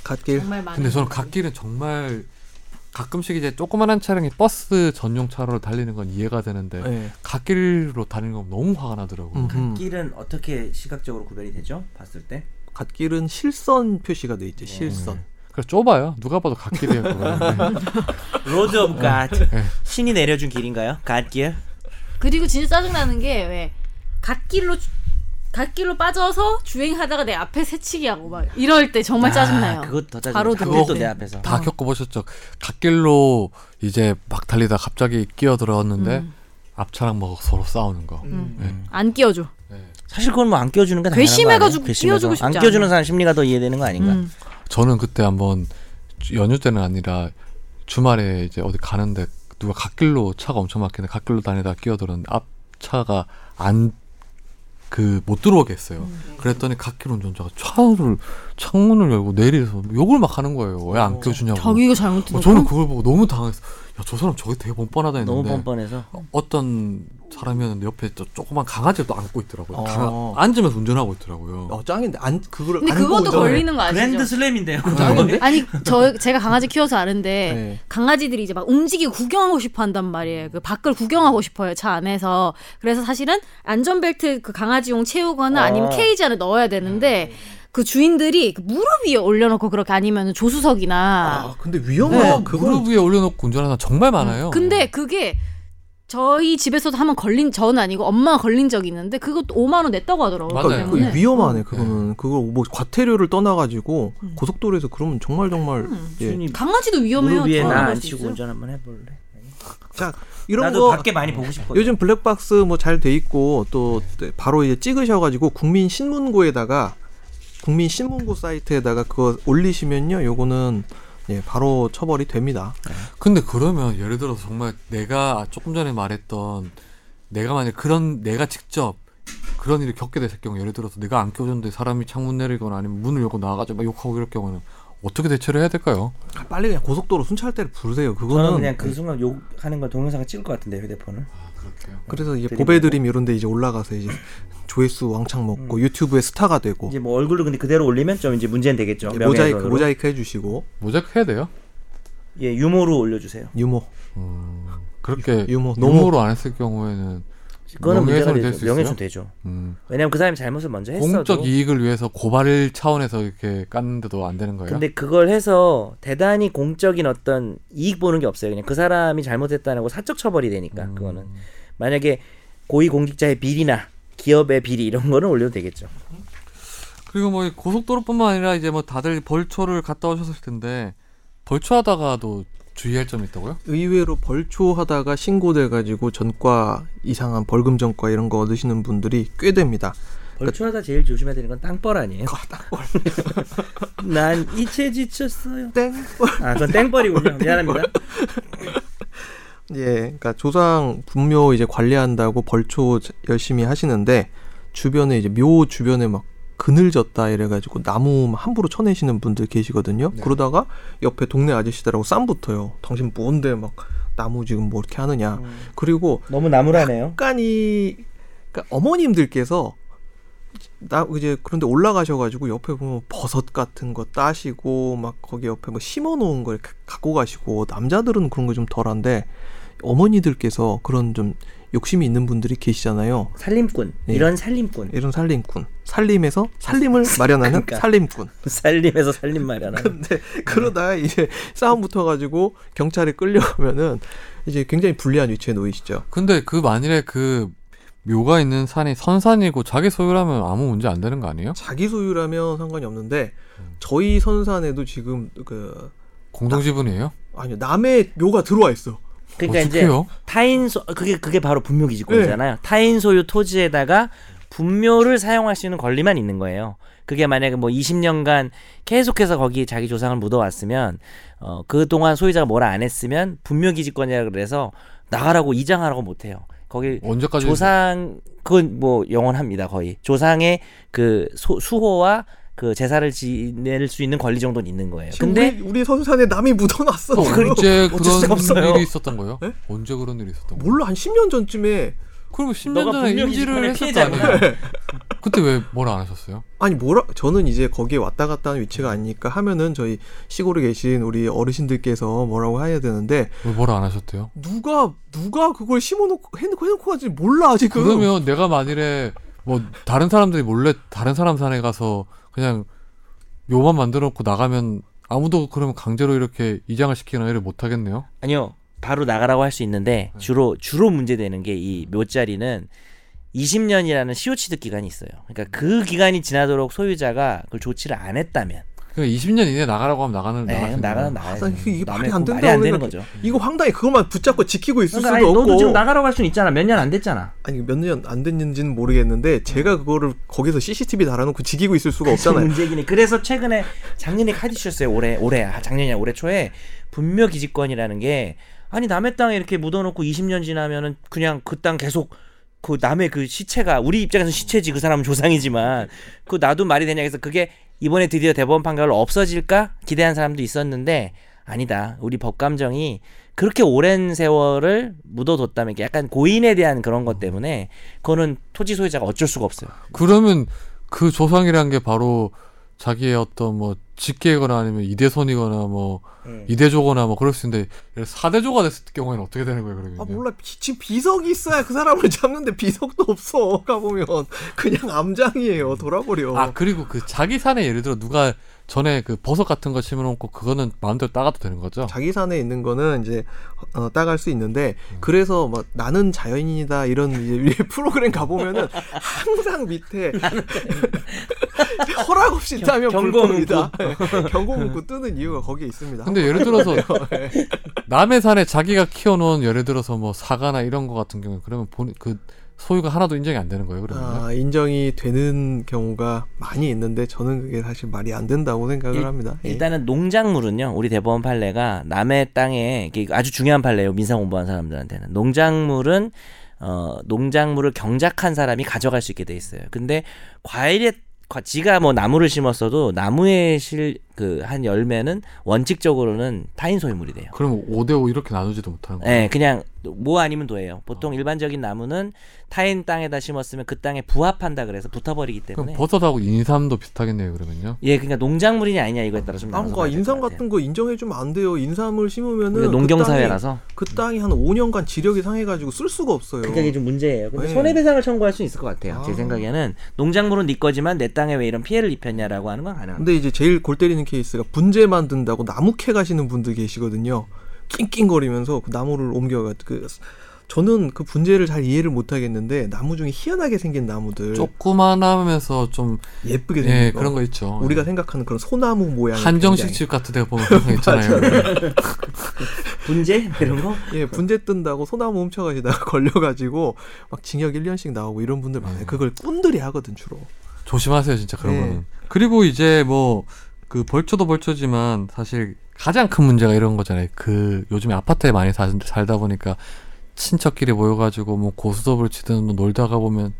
Speaker 4: 갓길.
Speaker 2: 정말 많은
Speaker 1: 근데 저는 갓길은 정말 가끔씩 이제 조그만한 차량이 버스 전용 차로를 달리는 건 이해가 되는데
Speaker 4: 예.
Speaker 1: 갓길로 달리는 건 너무 화가 나더라고요.
Speaker 4: 음, 음.
Speaker 5: 길은 어떻게 시각적으로 구별이 되죠? 봤을 때?
Speaker 4: 갓길은 실선 표시가 돼 있죠. 실선.
Speaker 1: 그래서 좁아요. 누가 봐도 갓길이에요. 그거는.
Speaker 5: 로드 오브 갓.
Speaker 3: 음.
Speaker 5: 신이 내려준 길인가요? 갓길?
Speaker 2: 그리고 진짜 짜증나는 게 왜 갓길로 주- gat길로 빠져서 주행하다가 내 앞에 새치기 하고 막 이럴 때 정말
Speaker 3: 아,
Speaker 2: 짜증나요.
Speaker 5: 아, 그것 더 짜증나.
Speaker 2: 바로
Speaker 5: 갓길도
Speaker 2: 들어오고.
Speaker 5: 내 앞에서.
Speaker 1: 다 겪어보셨죠. 갓길로 이제 막 달리다 갑자기 끼어들었는데
Speaker 2: 음.
Speaker 1: 앞 차랑 뭐 서로 싸우는 거.
Speaker 2: 음.
Speaker 1: 네.
Speaker 2: 안 끼워줘.
Speaker 1: 네.
Speaker 5: 사실 그건 뭐 안 끼워주는 게 당연한 거
Speaker 2: 괘씸해가지고
Speaker 5: 아니에요? 괘씸해서.
Speaker 2: 끼워주고 싶지
Speaker 5: 안 끼워주는
Speaker 2: 않아.
Speaker 5: 사람 심리가 더 이해되는 거 아닌가?
Speaker 2: 음.
Speaker 1: 저는 그때 한번 주- 연휴 때는 아니라 주말에 이제 어디 가는데 누가 갓길로 차가 엄청 막히는데 갓길로 다니다 끼어들었는데 앞 차가 안 그 못 들어오게 했어요.
Speaker 2: 음, 네.
Speaker 1: 그랬더니 갓길 운전자가 차를 창문을 열고 내리서 욕을 막 하는 거예요. 왜 안 끼워주냐고.
Speaker 2: 자기가 잘못된
Speaker 1: 어,
Speaker 2: 거.
Speaker 1: 저는 그걸 보고 너무 당했어. 야, 저 사람 저게 되게 뻔뻔하다
Speaker 5: 너무
Speaker 1: 했는데
Speaker 5: 뻔뻔해서.
Speaker 2: 네.
Speaker 1: 어떤 사람이었는데 옆에 저 조그만 강아지를 또 안고 있더라고요.
Speaker 4: 어.
Speaker 1: 강아- 앉으면서 운전하고 있더라고요.
Speaker 4: 어, 짱인데 안 그걸
Speaker 2: 근데
Speaker 4: 안
Speaker 2: 그것도
Speaker 4: 보고
Speaker 2: 걸리는 거 아시죠? 음.
Speaker 5: 그랜드 슬램인데요.
Speaker 4: 그런데?
Speaker 2: 아니 저 제가 강아지 키워서 아는데
Speaker 4: 네.
Speaker 2: 강아지들이 이제 막 움직이고 구경하고 싶어 한단 말이에요. 그 밖을 구경하고 싶어요 차 안에서. 그래서 사실은 안전벨트 그 강아지용 채우거나 아. 니면 케이지 안에 넣어야 되는데 그 주인들이 그 무릎 위에 올려놓고 그렇게 아니면 조수석이나.
Speaker 4: 아, 근데 위험해.
Speaker 5: 어,
Speaker 1: 네,
Speaker 4: 그거는
Speaker 1: 무릎 위에 올려놓고 운전하는 사람 정말 많아요.
Speaker 2: 음, 근데 그게 저희 집에서도 한번 걸린 전 아니고 엄마가 걸린 적이 있는데 그것도 5만 원 냈다고 하더라고요.
Speaker 1: 맞아요.
Speaker 4: 그러니까
Speaker 2: 그 때문에.
Speaker 4: 이거 위험하네. 그거는 그걸 뭐 과태료를 떠나가지고 고속도로에서 그러면 정말 정말 예.
Speaker 5: 음. 순이
Speaker 2: 강아지도 위험해요.
Speaker 5: 무릎 위에
Speaker 2: 저는
Speaker 5: 나
Speaker 2: 그럴
Speaker 5: 안
Speaker 2: 수
Speaker 5: 치고
Speaker 2: 있어요.
Speaker 5: 운전 한번 해볼래?
Speaker 4: 자 이런
Speaker 5: 나도
Speaker 4: 거
Speaker 5: 밖에 많이 보고
Speaker 1: 예,
Speaker 5: 싶거든.
Speaker 4: 요즘 블랙박스 뭐 잘 돼 있고 또 네, 바로 이제 찍으셔가지고 국민 신문고에다가 국민 신문고 사이트에다가 그거 올리시면요, 요거는 예 바로 처벌이 됩니다.
Speaker 1: 근데 그러면 예를 들어서 정말 내가 조금 전에 말했던 내가 만약 그런 내가 직접 그런 일을 겪게 됐을 경우 예를 들어서 내가 안 껴줬는데 사람이 창문 내리거나 아니면 문을 열고 나가지고 막 욕하고 이럴 경우는 어떻게 대처를 해야 될까요?
Speaker 4: 아, 빨리 그냥 고속도로 순찰대를 부르세요. 그거는 네.
Speaker 5: 저는 그냥
Speaker 1: 예.
Speaker 5: 그 순간 욕하는 걸 동영상을 찍을 것 같은데 휴대폰을.
Speaker 4: 그래서 이제
Speaker 5: 드림
Speaker 4: 보배드림 이런 데 이제 올라가서 이제 조회수 왕창 먹고 유튜브에 스타가 되고
Speaker 5: 음. 이제 뭐 얼굴을 근데 그대로 올리면 좀 이제 문제는 되겠죠.
Speaker 4: 이제 모자이크
Speaker 5: 명예훼손으로.
Speaker 4: 모자이크 해주시고
Speaker 1: 모자이크 해야 돼요?
Speaker 5: 예 유머로 올려주세요.
Speaker 4: 유모
Speaker 1: 음, 그렇게
Speaker 4: 유모, 노모.
Speaker 1: 노모로 안 했을 경우에는
Speaker 5: 그거는 문제가
Speaker 1: 명예훼손이 될수
Speaker 5: 되죠.
Speaker 1: 있어요?
Speaker 5: 명예훼손 되죠.
Speaker 1: 음,
Speaker 5: 왜냐면 그 사람이 잘못을 먼저 했어도.
Speaker 1: 공적 이익을 위해서 고발 차원에서 이렇게 깠는데도 안 되는 거예요?
Speaker 5: 근데 그걸 해서 대단히 공적인 어떤 이익 보는 게 없어요. 그냥 그 사람이 잘못했다는 거 사적 처벌이 되니까 그거는 만약에 고위 공직자의 비리나 기업의 비리 이런 거는 올려도 되겠죠.
Speaker 1: 그리고 뭐이 고속도로뿐만 아니라 이제 뭐 다들 벌초를 갔다 오셨을 텐데 벌초하다가도 주의할 점이 있다고요?
Speaker 4: 의외로 벌초하다가 신고돼가지고 전과 이상한 벌금 전과 이런 거 얻으시는 분들이 꽤 됩니다.
Speaker 5: 벌초하다 제일 조심해야 되는 건 땅벌 아니에요? 난 이체 지쳤어요.
Speaker 4: 땡.
Speaker 5: 아 그건 땡벌이군요. 미안합니다.
Speaker 4: 예, 그러니까 조상 분묘 이제 관리한다고 벌초 자- 열심히 하시는데 주변에 이제 묘 주변에 막 그늘졌다 이래가지고 나무 막 함부로 쳐내시는 분들 계시거든요.
Speaker 1: 네.
Speaker 4: 그러다가 옆에 동네 아저씨들하고 쌈 붙어요. 당신 뭔데 막 나무 지금 뭐 이렇게 하느냐.
Speaker 1: 음.
Speaker 4: 그리고
Speaker 5: 너무 나무라네요.
Speaker 4: 약간 이 그러니까 어머님들께서 나 이제 그런데 올라가셔가지고 옆에 보면 버섯 같은 거 따시고 막 거기 옆에 뭐 심어놓은 걸 가- 갖고 가시고 남자들은 그런 거 좀 덜한데 어머니들께서 그런 좀 욕심이 있는 분들이 계시잖아요.
Speaker 3: 살림꾼
Speaker 4: 예.
Speaker 3: 이런 살림꾼
Speaker 4: 이런 살림꾼, 살림에서 살림을 마련하는
Speaker 3: 그러니까.
Speaker 4: 살림꾼.
Speaker 3: 살림에서 살림 마련하는
Speaker 4: 근데 네, 그러다가 이제 싸움 붙어가지고 경찰에 끌려가면은 이제 굉장히 불리한 위치에 놓이시죠.
Speaker 1: 근데 그 만일에 그 묘가 있는 산이 선산이고 자기 소유라면 아무 문제 안 되는 거 아니에요?
Speaker 4: 자기 소유라면 상관이 없는데 저희 선산에도 지금 그
Speaker 1: 공동지분이에요?
Speaker 4: 아니요 남의 묘가 들어와 있어.
Speaker 3: 그러니까 이제
Speaker 1: 어떡해요? 네.
Speaker 3: 타인 소 그게 그게 바로 분묘기지권이잖아요. 타인 소유 토지에다가 분묘를 사용할 수 있는 권리만 있는 거예요. 그게 만약에 뭐 20년간 계속해서 거기 자기 조상을 묻어왔으면 어, 그 동안 소유자가 뭐라 안 했으면 분묘기지권이라 그래서 나가라고 이장하라고 못 해요. 거기
Speaker 1: 언제까지
Speaker 3: 조상 그건 뭐 영원합니다 거의 조상의 그 소- 수호와 그 제사를 지낼 수 있는 권리 정도는 있는 거예요.
Speaker 4: 지금
Speaker 3: 근데
Speaker 4: 우리, 우리 선산에 남이 묻어놨어.
Speaker 1: 언제
Speaker 3: 어쩔 수가 없어요.
Speaker 1: 그런 일이 있었던 거예요?
Speaker 4: 네?
Speaker 1: 언제 그런 일이 있었던 거예요?
Speaker 4: 몰라 한 10년 전쯤에
Speaker 1: 그럼 10년
Speaker 3: 너가
Speaker 1: 전에
Speaker 3: 분명히
Speaker 1: 인지를
Speaker 3: 이번에
Speaker 1: 했을 거
Speaker 3: 피해자구나.
Speaker 1: 아니에요? 그때 왜 뭐라 안 하셨어요?
Speaker 4: 아니 뭐라 저는 이제 거기에 왔다 갔다 하는 위치가 아니니까 하면은 저희 시골에 계신 우리 어르신들께서 뭐라고 해야 되는데
Speaker 1: 왜 뭐라 안 하셨대요?
Speaker 4: 누가 누가 그걸 심어놓고 해놓고 해놓고 하지 몰라 지금.
Speaker 1: 그러면 내가 만일에 뭐 다른 사람들이 몰래 다른 사람 산에 가서 그냥 묘만 만들어 놓고 나가면 아무도 그러면 강제로 이렇게 이장을 시키는 일을 못 하겠네요.
Speaker 3: 아니요. 바로 나가라고 할 수 있는데 주로 주로 문제되는 게 이 묘자리는 20년이라는 시효취득 기간이 있어요. 그러니까 그 기간이 지나도록 소유자가 그걸 조치를 안 했다면
Speaker 1: 그러니까 20년 이내 나가라고 하면 나가는
Speaker 3: 네,
Speaker 1: 나가는
Speaker 3: 나가는 나가야
Speaker 4: 아, 이게 말이 안 된다고
Speaker 3: 음, 말이 안 되는
Speaker 4: 생각해.
Speaker 3: 거죠.
Speaker 4: 이거 황당히 그것만 붙잡고 지키고 있을 수도
Speaker 3: 그러니까 아니,
Speaker 4: 없고.
Speaker 3: 너도 지금 나가라고 할 수는 있잖아. 몇 년 안 됐잖아.
Speaker 4: 아니 몇 년 안 됐는지는 모르겠는데 제가 그거를 거기서 CCTV 달아놓고 지키고 있을 수가 없잖아요.
Speaker 3: 문제기니 그래서 최근에 작년에 카디슈였어요. 올해 올해 아, 작년이야 올해 초에 분묘 기지권이라는 게 아니 남의 땅에 이렇게 묻어놓고 20년 지나면은 그냥 그 땅 계속 그 남의 그 시체가 우리 입장에서 시체지 그 사람은 조상이지만 그 나도 말이 되냐 해서 그게 이번에 드디어 대법원 판결로 없어질까 기대한 사람도 있었는데 아니다 우리 법감정이 그렇게 오랜 세월을 묻어뒀다면 약간 고인에 대한 그런 것 때문에 그거는 토지 소유자가 어쩔 수가 없어요.
Speaker 1: 그러면 그 조상이란 게 바로 자기의 어떤 뭐 직계거나 아니면 이대손이거나 뭐 이대조거나 뭐 그럴 수 있는데 사대조가 됐을 경우에는 어떻게 되는 거예요 그러면?
Speaker 4: 아 몰라 비, 지금 비석이 있어야 그 사람을 잡는데 비석도 없어 가보면 그냥 암장이에요 돌아버려
Speaker 1: 아 그리고 그 자기 산에 예를 들어 누가 전에 그 버섯 같은 거 심어놓고 그거는 마음대로 따가도 되는 거죠?
Speaker 4: 자기 산에 있는 거는 이제 어, 따갈 수 있는데 그래서 막 나는 자연인이다 이런 이제 위에 프로그램 가보면은 항상 밑에 허락 없이 따면
Speaker 3: 경고
Speaker 4: 불법이다 예, 경고 문구 뜨는 이유가 거기에 있습니다 네.
Speaker 1: 근데 예를 들어서 남의 산에 자기가 키워놓은 예를 들어서 뭐 사과나 이런 거 같은 경우 그러면 본, 그 소유가 하나도 인정이 안 되는 거예요 그러면?
Speaker 4: 아, 인정이 되는 경우가 많이 있는데 저는 그게 사실 말이 안 된다고 생각을
Speaker 3: 일-
Speaker 4: 합니다. 예.
Speaker 3: 일단은 농작물은요 우리 대법원 판례가 남의 땅에 이게 아주 중요한 판례예요 민사 공부한 사람들한테는 농작물은 어 농작물을 경작한 사람이 가져갈 수 있게 돼 있어요 근데 과일에 과- 지가 뭐 나무를 심었어도 나무에 실 그 한 열매는 원칙적으로는 타인 소유물이 돼요
Speaker 1: 그럼 5대5 이렇게 나누지도 못하는 거예요?
Speaker 3: 예 그냥 뭐 아니면 도예요 보통
Speaker 4: 어.
Speaker 3: 일반적인 나무는 타인 땅에다 심었으면 그 땅에 부합한다 그래서 붙어버리기
Speaker 1: 그럼
Speaker 3: 때문에
Speaker 1: 버섯하고 인삼도 비슷하겠네요 그러면요?
Speaker 3: 예 그러니까 농작물이냐 아니냐 이거에 따라 좀
Speaker 4: 아,
Speaker 3: 음, 나눠서
Speaker 4: 그러니까
Speaker 3: 봐야 될것
Speaker 4: 인삼
Speaker 3: 같아요.
Speaker 4: 같은 거 인정해 주면 안 돼요. 인삼을 심으면은
Speaker 3: 우리가 농경사회라서
Speaker 4: 그 땅이, 그 땅이 한 5년간 지력이 상해가지고 쓸 수가 없어요.
Speaker 3: 그러니까 이게 좀 문제예요. 근데
Speaker 4: 네.
Speaker 3: 손해배상을 청구할 수 있을 것 같아요. 제
Speaker 4: 아.
Speaker 3: 생각에는 농작물은 네 거지만 내 땅에 왜 이런 피해를 입혔냐라고 하는 건 가능합니다.
Speaker 4: 근데 이제 제일 골 때리는 케이스가 분재 만든다고 나무 캐 가시는 분들 계시거든요. 낑낑거리면서 그 나무를 옮겨가 그 저는 그 분재를 잘 이해를 못 하겠는데 나무 중에 희한하게 생긴 나무들
Speaker 1: 조그만하면서 좀
Speaker 4: 예쁘게
Speaker 3: 네,
Speaker 4: 생긴
Speaker 1: 예,
Speaker 4: 그 거.
Speaker 1: 그런 거 있죠. 예.
Speaker 4: 우리가 생각하는 그런 소나무 모양
Speaker 1: 한정식 집 같은 데 보면 그런 거 있잖아요.
Speaker 3: 분재 뭐 이런 거?
Speaker 4: 예, 분재 뜬다고 소나무 훔쳐가시다가 걸려가지고 막 징역 1년씩 나오고 이런 분들
Speaker 3: 네.
Speaker 4: 많아요. 그걸 꾼들이 하거든 주로.
Speaker 1: 조심하세요 진짜 그런
Speaker 4: 네.
Speaker 1: 거는. 그리고 이제 뭐 그 벌초도 벌초지만 사실 가장 큰 문제가 이런 거잖아요. 그 요즘에 아파트에 많이 사, 살다 보니까 친척끼리 모여가지고 뭐 고스톱을 치든 뭐 놀다가 보면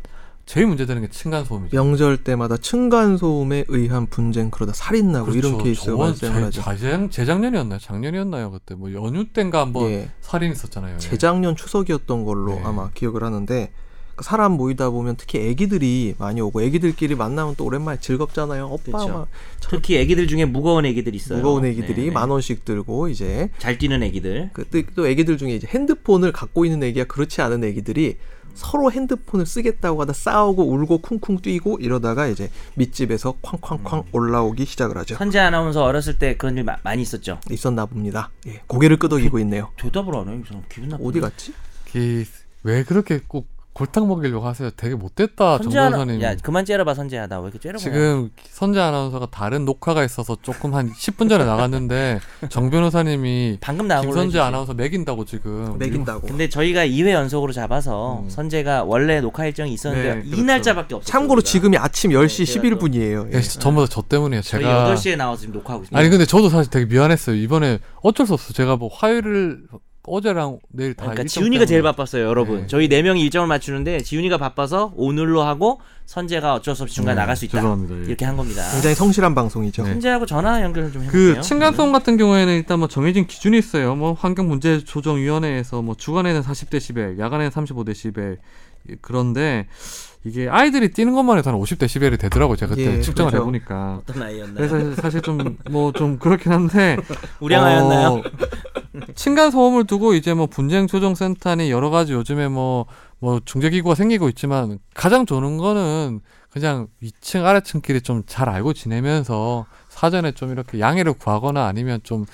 Speaker 1: 제일 문제되는 게 층간 소음이죠.
Speaker 4: 명절 때마다 층간 소음에 의한 분쟁 그러다 살인 나고
Speaker 3: 그렇죠.
Speaker 4: 이런 케이스가
Speaker 1: 그렇죠. 저번
Speaker 4: 발생을
Speaker 1: 재,
Speaker 4: 하죠.
Speaker 1: 재작, 재작년이었나요? 작년이었나요? 그때 뭐 연휴 땐가 한번
Speaker 4: 예,
Speaker 1: 살인 있었잖아요.
Speaker 4: 재작년 추석이었던 걸로
Speaker 1: 네.
Speaker 4: 아마 기억을 하는데 그러니까 사람 모이다 보면 특히 애기들이 많이 오고 애기들끼리 만나면 또 오랜만에 즐겁잖아요. 오빠
Speaker 3: 그쵸.
Speaker 4: 막
Speaker 3: 특히 애기들 중에 무거운 애기들 있어요.
Speaker 4: 무거운 애기들이 그렇죠.
Speaker 3: 네네.
Speaker 4: 만 원씩 들고 이제
Speaker 3: 잘 뛰는 애기들.
Speaker 4: 그또 애기들 중에 이제 핸드폰을 갖고 있는 애기와 그렇지 않은 애기들이 서로 핸드폰을 쓰겠다고 하다 싸우고 울고 쿵쿵 뛰고 이러다가 이제 밑집에서
Speaker 3: 음.
Speaker 4: 쾅쾅쾅 올라오기 시작을 하죠.
Speaker 3: 선재 아나운서 어렸을 때 그런 일 마- 많이 있었죠.
Speaker 4: 있었나 봅니다. 예, 고개를 끄덕이고 있네요.
Speaker 3: 대답을 안 해요. 이 사람 기분 나빠.
Speaker 4: 어디 갔지?
Speaker 1: 기- 왜 그렇게 꼭 골탕 먹이려고 하세요? 되게 못됐다 정
Speaker 3: 선재 아나
Speaker 1: 변호사님.
Speaker 3: 야 그만 째려봐 선재야 나 왜 이렇게 째려봐.
Speaker 1: 지금 선재 아나운서가 다른 녹화가 있어서 조금 한 10분 전에 나갔는데 정 변호사님이
Speaker 3: 방금 나온 걸로
Speaker 1: 김선재
Speaker 3: 해주지.
Speaker 1: 아나운서 매긴다고 지금.
Speaker 4: 매긴다고.
Speaker 3: 근데 저희가 2회 연속으로 잡아서 선재가 원래 녹화 일정이 있었는데
Speaker 1: 네,
Speaker 3: 이
Speaker 1: 그렇죠.
Speaker 3: 날짜밖에 없어요.
Speaker 4: 참고로 지금이 아침
Speaker 3: 네.
Speaker 4: 10시
Speaker 3: 제가 또-
Speaker 4: 11분이에요. 예.
Speaker 1: 네, 전부 다 저 때문이에요.
Speaker 3: 예. 저희
Speaker 1: 제가
Speaker 3: 8시에 나와서 지금 녹화하고 있습니다.
Speaker 1: 아니 근데 저도 사실 되게 미안했어요. 이번에 어쩔 수 없어. 제가 뭐 화요일을 어제랑 내일 다 아,
Speaker 3: 그러니까
Speaker 1: 일정
Speaker 3: 지훈이가 제일
Speaker 1: 때문에.
Speaker 3: 바빴어요, 여러분.
Speaker 1: 네.
Speaker 3: 저희 네 명이 일정을 맞추는데 지훈이가 바빠서 오늘로 하고 선재가 어쩔 수 없이 중간에
Speaker 1: 네,
Speaker 3: 나갈 수 있다.
Speaker 1: 죄송합니다. 예.
Speaker 3: 이렇게 한 겁니다.
Speaker 4: 굉장히 성실한 방송이죠.
Speaker 1: 네.
Speaker 3: 선재하고 전화 연결을 좀 해볼게요. 네.
Speaker 1: 그 층간소음 같은 경우에는 일단 뭐 정해진 기준이 있어요. 뭐 환경문제조정위원회에서 뭐 주간에는 40데시벨, 야간에는 35데시벨 그런데 이게 아이들이 뛰는 것만 해도 한 50데시벨이 되더라고요. 제가 그때
Speaker 4: 예,
Speaker 1: 측정을
Speaker 4: 그렇죠. 네.
Speaker 1: 해보니까.
Speaker 3: 어떤 아이였나요?
Speaker 1: 그래서 사실 좀 뭐 좀 그렇긴 한데
Speaker 3: 우량아였나요?
Speaker 1: 어, 층간 소음을 두고 이제 뭐 분쟁 조정 센터니 여러 가지 요즘에 뭐 뭐 중재 기구가 생기고 있지만 가장 좋은 거는 그냥 위층 아래층끼리 좀 잘 알고 지내면서 사전에 좀 이렇게 양해를 구하거나 아니면 좀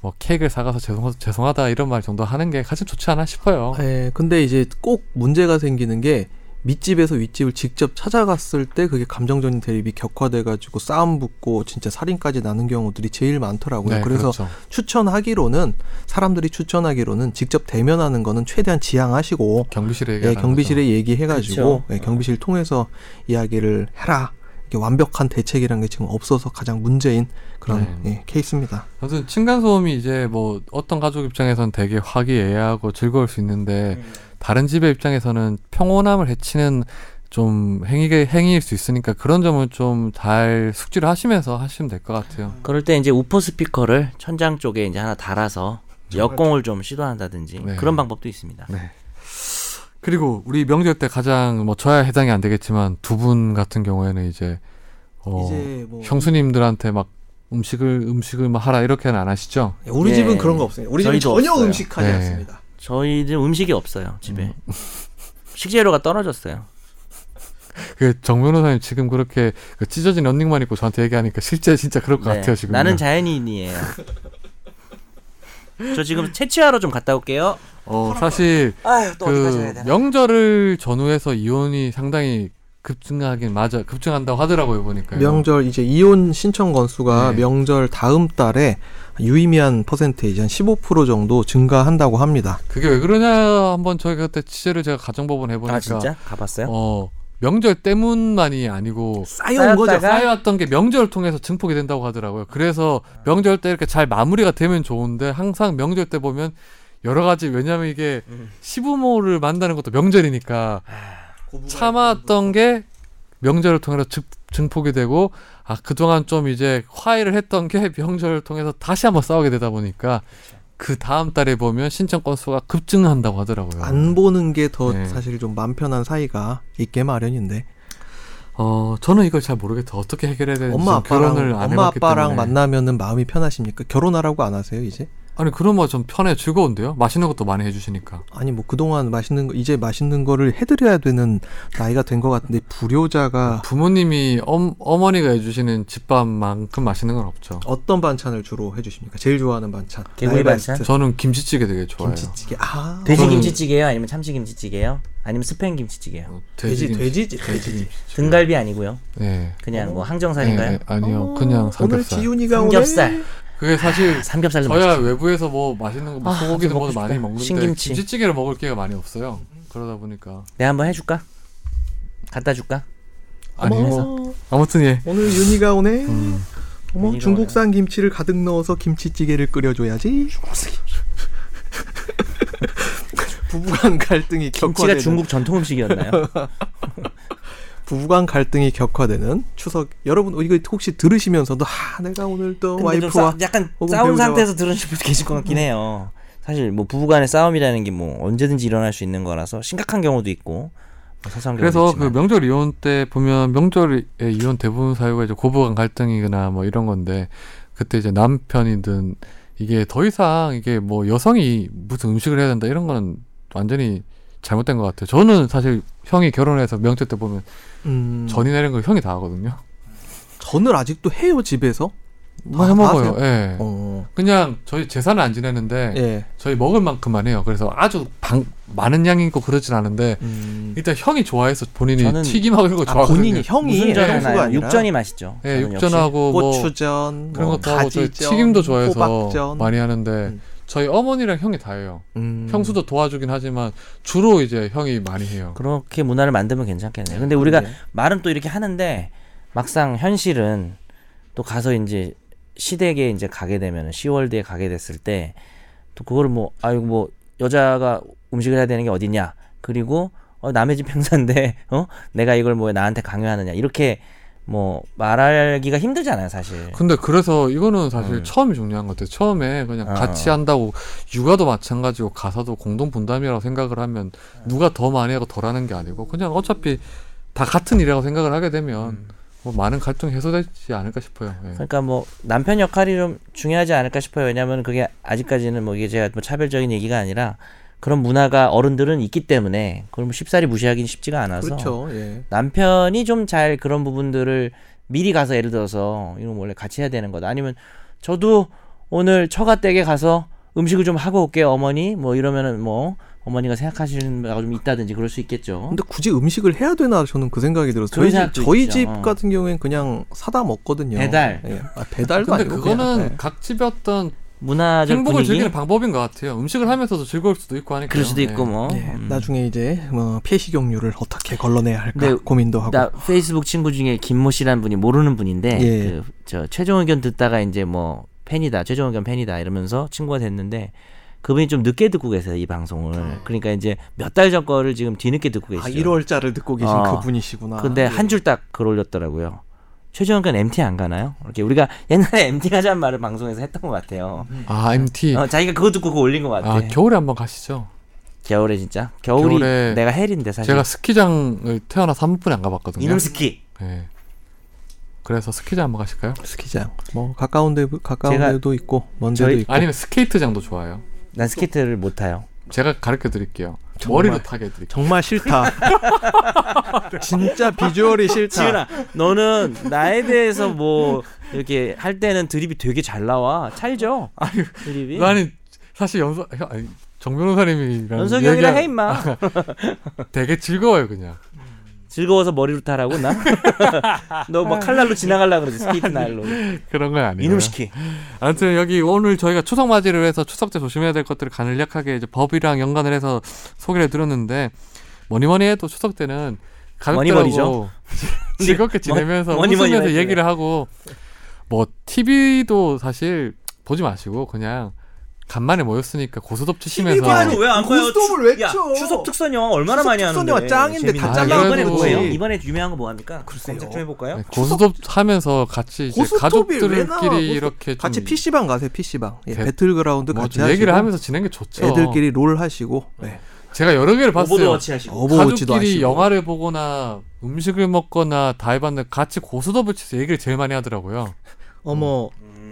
Speaker 1: 뭐 케이크를 사가서 죄송 죄송하다 이런 말 정도 하는 게 가장 좋지 않아 싶어요.
Speaker 4: 예, 근데 이제 꼭 문제가 생기는 게 밑집에서 윗집을 직접 찾아갔을 때 그게 감정적인 대립이 격화돼가지고 싸움 붙고 진짜 살인까지 나는 경우들이 제일 많더라고요. 네, 그래서
Speaker 1: 그렇죠.
Speaker 4: 추천하기로는 사람들이 추천하기로는 직접 대면하는 거는 최대한 지양하시고
Speaker 1: 경비실에
Speaker 4: 예,
Speaker 1: 얘기하라는
Speaker 4: 경비실에
Speaker 1: 네, 거죠. 그렇죠.
Speaker 4: 얘기해가지고
Speaker 5: 그쵸.
Speaker 4: 예, 경비실 통해서 이야기를 해라. 이게 완벽한 대책이라는 게 지금 없어서 가장 문제인 그런
Speaker 1: 네.
Speaker 4: 예, 케이스입니다.
Speaker 1: 아무튼 층간 소음이 이제 뭐 어떤 가족 입장에선 되게 화기애애하고 즐거울 수 있는데
Speaker 4: 음.
Speaker 1: 다른 집의 입장에서는 평온함을 해치는 좀 행위게 행위일 수 있으니까 그런 점은 좀 잘 숙지를 하시면서 하시면 될 것 같아요.
Speaker 3: 그럴 때 이제 우퍼 스피커를 천장 쪽에 이제 하나 달아서 역공을 좀 시도한다든지
Speaker 1: 네.
Speaker 3: 그런 방법도 있습니다.
Speaker 1: 그리고 우리 명절 때 가장 뭐 저야 해당이 안 되겠지만 두 분 같은 경우에는 이제 어
Speaker 4: 이제 뭐
Speaker 1: 형수님들한테 막 음식을 음식을 막 하라 이렇게는 안 하시죠?
Speaker 4: 우리
Speaker 3: 예.
Speaker 4: 집은 그런 거 없습니다. 우리 집은
Speaker 3: 저희도
Speaker 4: 전혀
Speaker 3: 없어요.
Speaker 4: 음식하지
Speaker 1: 네.
Speaker 4: 않습니다.
Speaker 3: 저희는 음식이 없어요 집에 식재료가 떨어졌어요.
Speaker 1: 그 정 변호사님 지금 그렇게 그 찢어진 런닝만 입고 저한테 얘기하니까 실제 진짜 그럴 것
Speaker 3: 네.
Speaker 1: 같아요 지금.
Speaker 3: 나는 자연인이에요. 저 지금 채취하러 좀 갔다 올게요.
Speaker 1: 어 사실
Speaker 5: 아유 또 어디 가셔야
Speaker 1: 그
Speaker 5: 되나.
Speaker 1: 명절을 전후해서 이혼이 상당히 급증하긴 맞아 급증한다고 하더라고요 보니까
Speaker 4: 명절 이제 이혼 신청 건수가
Speaker 1: 네.
Speaker 4: 명절 다음 달에 유의미한 퍼센테이지 한 15% 정도 증가한다고 합니다.
Speaker 1: 그게 왜 그러냐 한번 저희 그때 취재를 제가 가정법원 해보니까
Speaker 3: 아 진짜 가봤어요?
Speaker 1: 어 명절 때문만이 아니고
Speaker 4: 쌓여온 거죠.
Speaker 3: 쌓였다가
Speaker 1: 쌓여왔던 게 그러니까 명절을 통해서 증폭이 된다고 하더라고요 그래서 명절 때 이렇게 잘 마무리가 되면 좋은데 항상 명절 때 보면 여러 가지 왜냐하면 이게
Speaker 4: 음.
Speaker 1: 시부모를 만나는 것도 명절이니까
Speaker 4: 아, 그
Speaker 1: 참았던 게 명절을 통해서 증- 증폭이 되고 아 그동안 좀 이제 화해를 했던 게 명절을 통해서 다시 한번 싸우게 되다 보니까 그 다음 달에 보면 신청 건수가 급증한다고 하더라고요.
Speaker 4: 안 보는 게 더
Speaker 1: 음. 네.
Speaker 4: 사실 좀 맘 편한 사이가 있게 마련인데
Speaker 1: 어 저는 이걸 잘 모르겠어요. 어떻게 해결해야 되는지
Speaker 4: 엄마
Speaker 1: 지금 결혼을
Speaker 4: 아빠랑
Speaker 1: 안
Speaker 4: 엄마
Speaker 1: 해봤기
Speaker 4: 아빠랑
Speaker 1: 때문에.
Speaker 4: 만나면은 마음이 편하십니까? 결혼하라고 안 하세요 이제?
Speaker 1: 아니 그런 거좀 편해 즐거운데요. 맛있는 것도 많이 해주시니까.
Speaker 4: 아니 뭐 그동안 맛있는 거 이제 맛있는 거를 해드려야 되는 나이가 된 것 같은데 불효자가
Speaker 1: 부모님이 엄, 어머니가 해주시는 집밥만큼 맛있는 건 없죠.
Speaker 4: 어떤 반찬을 주로 해주십니까? 제일 좋아하는 반찬
Speaker 3: 개구리
Speaker 4: 나이베스트.
Speaker 3: 반찬?
Speaker 1: 저는 김치찌개 되게 좋아해요.
Speaker 4: 김치찌개 아
Speaker 3: 돼지
Speaker 1: 저는-
Speaker 3: 김치찌개요? 아니면 참치 김치찌개요? 아니면 스팸 김치찌개요?
Speaker 1: 어,
Speaker 4: 돼지
Speaker 1: 김치-
Speaker 4: 돼지 돼지
Speaker 3: 등갈비 아니고요.
Speaker 1: 네.
Speaker 3: 그냥 뭐
Speaker 1: 네,
Speaker 3: 항정살인가요?
Speaker 1: 네, 아니요 그냥
Speaker 4: 어, 오늘
Speaker 1: 삼겹살.
Speaker 4: 지훈이가 오늘
Speaker 3: 삼겹살.
Speaker 1: 그게 사실
Speaker 3: 아, 삼겹살도
Speaker 1: 저야
Speaker 3: 맛있죠.
Speaker 1: 외부에서 뭐 맛있는 거, 뭐 소고기도
Speaker 3: 먹고
Speaker 1: 먹어도
Speaker 3: 싶다.
Speaker 1: 많이 먹는데
Speaker 3: 신김치.
Speaker 1: 찌개를 먹을 기회가 많이 없어요. 그러다 보니까
Speaker 3: 내가 한번 해줄까? 갖다 줄까?
Speaker 1: 아니 음.
Speaker 4: 어머,
Speaker 1: 아무튼 예.
Speaker 4: 오늘 윤희가 오네. 어머
Speaker 3: 윤희가
Speaker 4: 중국산 김치를 가득 넣어서 김치찌개를 끓여줘야지. 부부간 갈등이
Speaker 3: 김치가
Speaker 4: 격화되는
Speaker 3: 중국 전통 음식이었나요?
Speaker 4: 부부간 갈등이 격화되는 추석 여러분 이거 혹시 들으시면서도 아 내가 오늘 또
Speaker 3: 근데 좀
Speaker 4: 와이프와
Speaker 3: 싸- 약간
Speaker 4: 혹은
Speaker 3: 싸운
Speaker 4: 배우자와-
Speaker 3: 상태에서 들으신 분도 계실 것 같긴 해요. 사실 뭐 부부간의 싸움이라는 게 뭐 언제든지 일어날 수 있는 거라서 심각한 경우도 있고 사소한 경우도
Speaker 1: 그래서 그
Speaker 3: 있지만.
Speaker 1: 명절 이혼 때 보면 명절에 이혼 대부분 사유가 이제 고부간 갈등이거나 뭐 이런 건데 그때 이제 남편이든 이게 더 이상 이게 뭐 여성이 무슨 음식을 해야 된다 이런 거는 완전히 잘못된 것 같아요. 저는 사실 형이 결혼해서 명절 때 보면
Speaker 4: 음,
Speaker 1: 전이 내린 거 형이 다 하거든요.
Speaker 4: 전을 아직도 해요 집에서.
Speaker 1: 뭐
Speaker 4: 다-
Speaker 1: 해
Speaker 4: 다
Speaker 1: 먹어요. 네.
Speaker 4: 하세요?
Speaker 1: 예.
Speaker 4: 어.
Speaker 1: 그냥 저희 재산을 안 지내는데
Speaker 4: 예.
Speaker 1: 저희 먹을 만큼만 해요. 그래서 아주 방- 많은 양이 있고 그러진 않은데
Speaker 4: 음.
Speaker 1: 일단 형이 좋아해서 본인이
Speaker 3: 저는-
Speaker 1: 튀김하고 이런 거
Speaker 4: 아,
Speaker 1: 좋아하거든요.
Speaker 4: 본인이 형이
Speaker 3: 무슨 전
Speaker 4: 형수가
Speaker 3: 하나요?
Speaker 4: 아니라 네,
Speaker 3: 육전이 맛있죠.
Speaker 1: 예,
Speaker 3: 저는 역시.
Speaker 1: 육전하고 뭐
Speaker 4: 고추전,
Speaker 1: 그런
Speaker 4: 뭐
Speaker 1: 것도 하고 저희
Speaker 4: 가지전,
Speaker 1: 튀김도 좋아해서
Speaker 4: 호박전.
Speaker 1: 많이 하는데
Speaker 4: 음.
Speaker 1: 저희 어머니랑 형이 다 해요.
Speaker 4: 음.
Speaker 1: 형수도 도와주긴 하지만 주로 이제 형이 많이 해요.
Speaker 3: 그렇게 문화를 만들면 괜찮겠네요. 근데 우리가
Speaker 4: 그러게.
Speaker 3: 말은 또 이렇게 하는데 막상 현실은 또 가서 이제 시댁에 이제 가게 되면 10월대에 가게 됐을 때 또 그거를 뭐 아이고 뭐 여자가 음식을 해야 되는 게 어디냐 그리고 어, 남의 집 행사인데 어 내가 이걸 뭐 나한테 강요하느냐 이렇게 뭐 말하기가 힘들잖아요
Speaker 4: 예.
Speaker 3: 사실.
Speaker 1: 근데 그래서 이거는 사실
Speaker 3: 음.
Speaker 1: 처음이 중요한 것 같아요. 처음에 그냥
Speaker 3: 어.
Speaker 4: 아.
Speaker 1: 같이 한다고 육아도 마찬가지고 가사도 공동 분담이라고 생각을 하면 누가 더 많이 하고 덜 하는 게 아니고 그냥 어차피 다 같은 일이라고 생각을 하게 되면
Speaker 4: 음.
Speaker 1: 뭐 많은 갈등 해소되지 않을까 싶어요. 예.
Speaker 3: 그러니까 뭐 남편 역할이 좀 중요하지 않을까 싶어요. 왜냐하면 그게 아직까지는 뭐 이게 제가 뭐 차별적인 얘기가 아니라 그런 문화가 어른들은 있기 때문에 그걸 뭐 쉽사리 무시하기는 쉽지가 않아서
Speaker 4: 그렇죠. 예.
Speaker 3: 남편이 좀 잘 그런 부분들을 미리 가서 예를 들어서 이건 원래 같이 해야 되는 거다. 아니면 저도 오늘 처가댁에 가서 음식을 좀 하고 올게요 어머니 뭐 이러면은 뭐 어머니가 생각하시는 바가 좀 있다든지 그럴 수 있겠죠.
Speaker 4: 근데 굳이 음식을 해야 되나 저는 그 생각이 들었어요.
Speaker 3: 어? 그런
Speaker 4: 저희 집,
Speaker 3: 생각도
Speaker 4: 저희
Speaker 3: 있죠.
Speaker 4: 집
Speaker 3: 어.
Speaker 4: 같은 경우엔 그냥 사다 먹거든요.
Speaker 3: 배달.
Speaker 4: 예. 아, 배달도
Speaker 1: 근데
Speaker 4: 아니고
Speaker 1: 그거는
Speaker 4: 그냥, 네. 예.
Speaker 1: 각 집의 어떤
Speaker 3: 문화적
Speaker 1: 행복을
Speaker 3: 분위기
Speaker 1: 즐기는 방법인 것 같아요. 음식을 하면서도 즐거울 수도 있고 네. 하니까.
Speaker 3: 그럴 수도 있고 뭐
Speaker 4: 예. 예.
Speaker 3: 음.
Speaker 4: 나중에 이제 뭐 폐식용유를 어떻게 걸러내야 할까
Speaker 3: 네,
Speaker 4: 고민도 하고.
Speaker 3: 나 페이스북 친구 중에 김모 씨라는 분이 모르는 분인데
Speaker 4: 예.
Speaker 3: 그, 저 최종 의견 듣다가 이제 뭐 팬이다 최종 의견 팬이다 이러면서 친구가 됐는데 그분이 좀 늦게 듣고 계세요 이 방송을 그러니까 이제 몇 달 전 거를 지금 뒤늦게 듣고 계시죠
Speaker 4: 아, 1월자를 듣고 계신
Speaker 3: 아.
Speaker 4: 그분이시구나.
Speaker 3: 근데 한 줄 딱 글 올렸더라고요 최종 의견 MT 안 가나요? 이렇게 우리가 옛날에 MT 가자는 말을 방송에서 했던 것 같아요 네.
Speaker 1: 아 MT.
Speaker 3: 어, 자기가 그거 듣고 그거 올린 것 같아
Speaker 1: 아 겨울에 한번 가시죠.
Speaker 3: 겨울에 진짜 겨울이
Speaker 1: 겨울에
Speaker 3: 내가 헬인데 사실
Speaker 1: 제가 스키장을 태어나서 한 번뿐이 안 가봤거든요.
Speaker 3: 이놈 스키
Speaker 1: 예. 그래서 스키장 한번 가실까요?
Speaker 4: 스키장. 뭐 가까운데
Speaker 3: 제가-
Speaker 4: 가까운데도 있고 먼데도
Speaker 3: 저희-
Speaker 4: 있고.
Speaker 1: 아니면 스케이트장도 좋아요.
Speaker 3: 난 스케이트를 못 타요
Speaker 1: 제가 가르쳐 드릴게요.
Speaker 4: 정말.
Speaker 1: 머리도 타게 해 드릴게요.
Speaker 4: 정말 싫다. 진짜 비주얼이 싫다.
Speaker 3: 지은아, 너는 나에 대해서 뭐 이렇게 할 때는 드립이 되게 잘 나와. 찰죠? 드립이.
Speaker 1: 나는 사실 연서 아니, 정 변호사님이랑
Speaker 3: 연석이 형이랑 해
Speaker 1: 얘기하-
Speaker 3: 임마.
Speaker 1: 되게 즐거워요 그냥.
Speaker 3: 즐거워서 머리로 타라고 나. 너 뭐 칼날로 지나가려 그러지 스케이트 날로.
Speaker 1: 그런 건 아니에요.
Speaker 3: 이놈 시키.
Speaker 1: 아무튼 여기 오늘 저희가 추석 맞이를 해서 추석 때 조심해야 될 것들을 간략하게 이제 법이랑 연관을 해서 소개를 해드렸는데 뭐니 뭐니 해도 추석 때는 가족들하고
Speaker 3: 머니머니죠.
Speaker 1: 즐겁게 지내면서
Speaker 3: 머니- 머니머니
Speaker 1: 웃으면서
Speaker 3: 해줘요.
Speaker 1: 얘기를 하고 뭐 TV도 사실 보지 마시고 그냥 간만에 모였으니까 고스톱 치시면서
Speaker 3: 왜안
Speaker 4: 고스톱을 왜 쳐?
Speaker 3: 추석 특선 영화 얼마나
Speaker 4: 추석
Speaker 3: 많이
Speaker 4: 특선
Speaker 3: 하는데.
Speaker 4: 영화 짱인데 다
Speaker 3: 재밌는
Speaker 1: 잘라
Speaker 3: 거. 이번에
Speaker 1: 그래도-
Speaker 3: 뭐예요? 이번에 유명한 거 뭐 합니까?
Speaker 4: 글쎄요.
Speaker 3: 검색 좀 해볼까요?
Speaker 1: 네, 고스톱 하면서 같이 이제
Speaker 4: 고스톱이 왜 나와? 고스톱.
Speaker 1: 가족들끼리 이렇게 좀
Speaker 4: 같이 PC방 가세요, PC방. 예,
Speaker 1: 대-
Speaker 4: 배틀그라운드
Speaker 1: 뭐
Speaker 4: 같이
Speaker 1: 좀 얘기를
Speaker 4: 하시고
Speaker 1: 하면서 지낸 게 좋죠.
Speaker 4: 애들끼리 롤 하시고. 네.
Speaker 1: 제가 여러 개를 봤어요.
Speaker 3: 오버워치 하시고.
Speaker 4: 어버워치도
Speaker 1: 가족끼리
Speaker 4: 하시고.
Speaker 1: 영화를 보거나 음식을 먹거나 다 해봤는데 같이 고스톱을 치서 얘기를 제일 많이 하더라고요.
Speaker 4: 어, 어머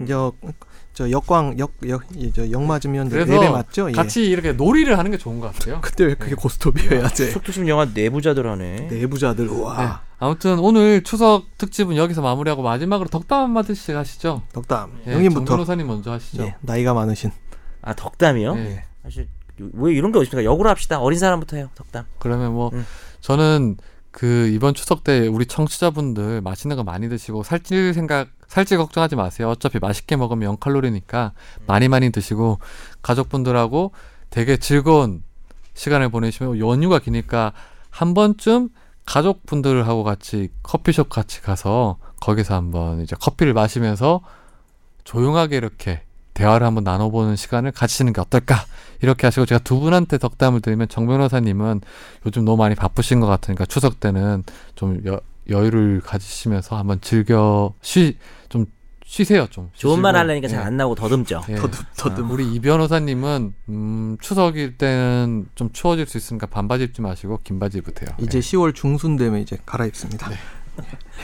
Speaker 4: 저, 저 역광 역역저 역맞으면
Speaker 1: 그래서
Speaker 4: 레벨 맞죠? 예.
Speaker 1: 같이 네. 이렇게 놀이를 하는 게 좋은 것 같아요.
Speaker 4: 그때 왜 그게 고스톱이어야 돼?
Speaker 3: 추석 특선 영화 내부자들 하네.
Speaker 4: 내부자들 와
Speaker 1: 아무튼 오늘 추석 특집은 여기서 마무리하고 마지막으로 덕담 한마디씩 하시죠.
Speaker 4: 덕담
Speaker 1: 예, 정
Speaker 4: 형님부터
Speaker 1: 변호사님 먼저 하시죠.
Speaker 4: 예, 나이가 많으신
Speaker 3: 아 덕담이요?
Speaker 1: 예.
Speaker 3: 사실 왜 이런 게 어딨습니까? 역으로 합시다. 어린 사람부터 해요. 덕담.
Speaker 1: 그러면 뭐
Speaker 3: 음.
Speaker 1: 저는 그 이번 추석 때 우리 청취자분들 맛있는 거 많이 드시고 살찔 생각 살찔 걱정하지 마세요. 어차피 맛있게 먹으면 0 칼로리니까 많이 많이 드시고 가족분들하고 되게 즐거운 시간을 보내시면 연휴가 기니까 한 번쯤 가족분들하고 같이 커피숍 같이 가서 거기서 한번 이제 커피를 마시면서 조용하게 이렇게 대화를 한번 나눠보는 시간을 가지시는 게 어떨까 이렇게 하시고 제가 두 분한테 덕담을 드리면 정 변호사님은 요즘 너무 많이 바쁘신 것 같으니까 추석 때는 좀 여, 여유를 가지시면서 한번 즐겨 쉬 좀 쉬세요 좀.
Speaker 3: 좋은
Speaker 1: 쉬시고.
Speaker 3: 말 하려니까 잘
Speaker 1: 예.
Speaker 3: 안 나오고 더듬죠.
Speaker 1: 예.
Speaker 4: 더듬 더듬.
Speaker 1: 우리 이 변호사님은 음, 추석일 때는 좀 추워질 수 있으니까 반바지 입지 마시고 긴 바지 입으세요.
Speaker 4: 이제 10월 중순 되면 이제 갈아입습니다.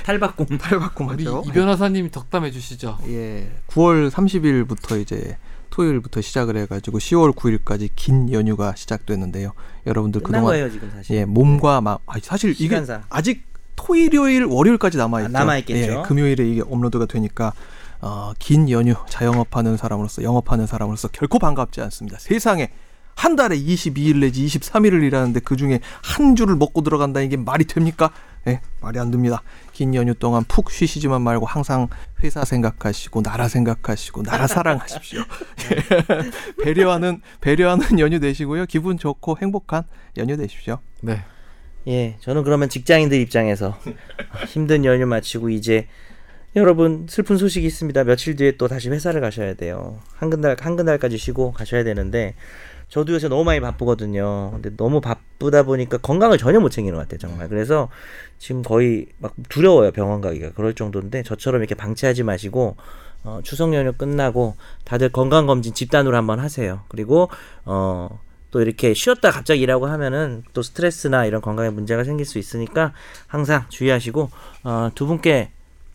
Speaker 3: 탈바꿈.
Speaker 4: 팔바꿈
Speaker 1: 네. 예. 우리
Speaker 4: 하죠.
Speaker 1: 이 변호사님이 덕담해 주시죠.
Speaker 4: 예, 9월 30일부터 이제 토요일부터 시작을 해가지고 10월 9일까지 긴 연휴가 시작됐는데요. 여러분들
Speaker 3: 끝난
Speaker 4: 그동안
Speaker 3: 거예요 지금 사실.
Speaker 4: 예 몸과 마음 아, 사실 이게
Speaker 3: 시간상.
Speaker 4: 아직 토일요일 월요일까지 남아 있죠.
Speaker 3: 아, 남아있겠죠.
Speaker 4: 예, 금요일에 이게 업로드가 되니까 어, 긴 연휴 자영업하는 사람으로서 영업하는 사람으로서 결코 반갑지 않습니다. 세상에 한 달에 22일 내지 23일을 일하는데 그 중에 한 주를 먹고 들어간다는 게 말이 됩니까? 예, 말이 안 됩니다. 긴 연휴 동안 푹 쉬시지만 말고 항상 회사 생각하시고 나라 생각하시고 나라 사랑하십시오. 예. 배려하는 배려하는 연휴 되시고요. 기분 좋고 행복한 연휴 되십시오.
Speaker 1: 네.
Speaker 3: 예, 저는 그러면 직장인들 입장에서 힘든 연휴 마치고 이제 여러분 슬픈 소식이 있습니다. 며칠 뒤에 또 다시 회사를 가셔야 돼요. 한 근달 한 근달까지 쉬고 가셔야 되는데 저도 요새 너무 많이 바쁘거든요. 근데 너무 바쁘다 보니까 건강을 전혀 못 챙기는 것 같아요, 정말. 그래서 지금 거의 막 두려워요, 병원 가기가. 그럴 정도인데 저처럼 이렇게 방치하지 마시고 어, 추석 연휴 끝나고 다들 건강 검진 집단으로 한번 하세요. 그리고 어, 또 이렇게 쉬었다 갑자기 일하고 하면은 또 스트레스나 이런 건강에 문제가 생길 수 있으니까 항상 주의하시고 어, 두 분께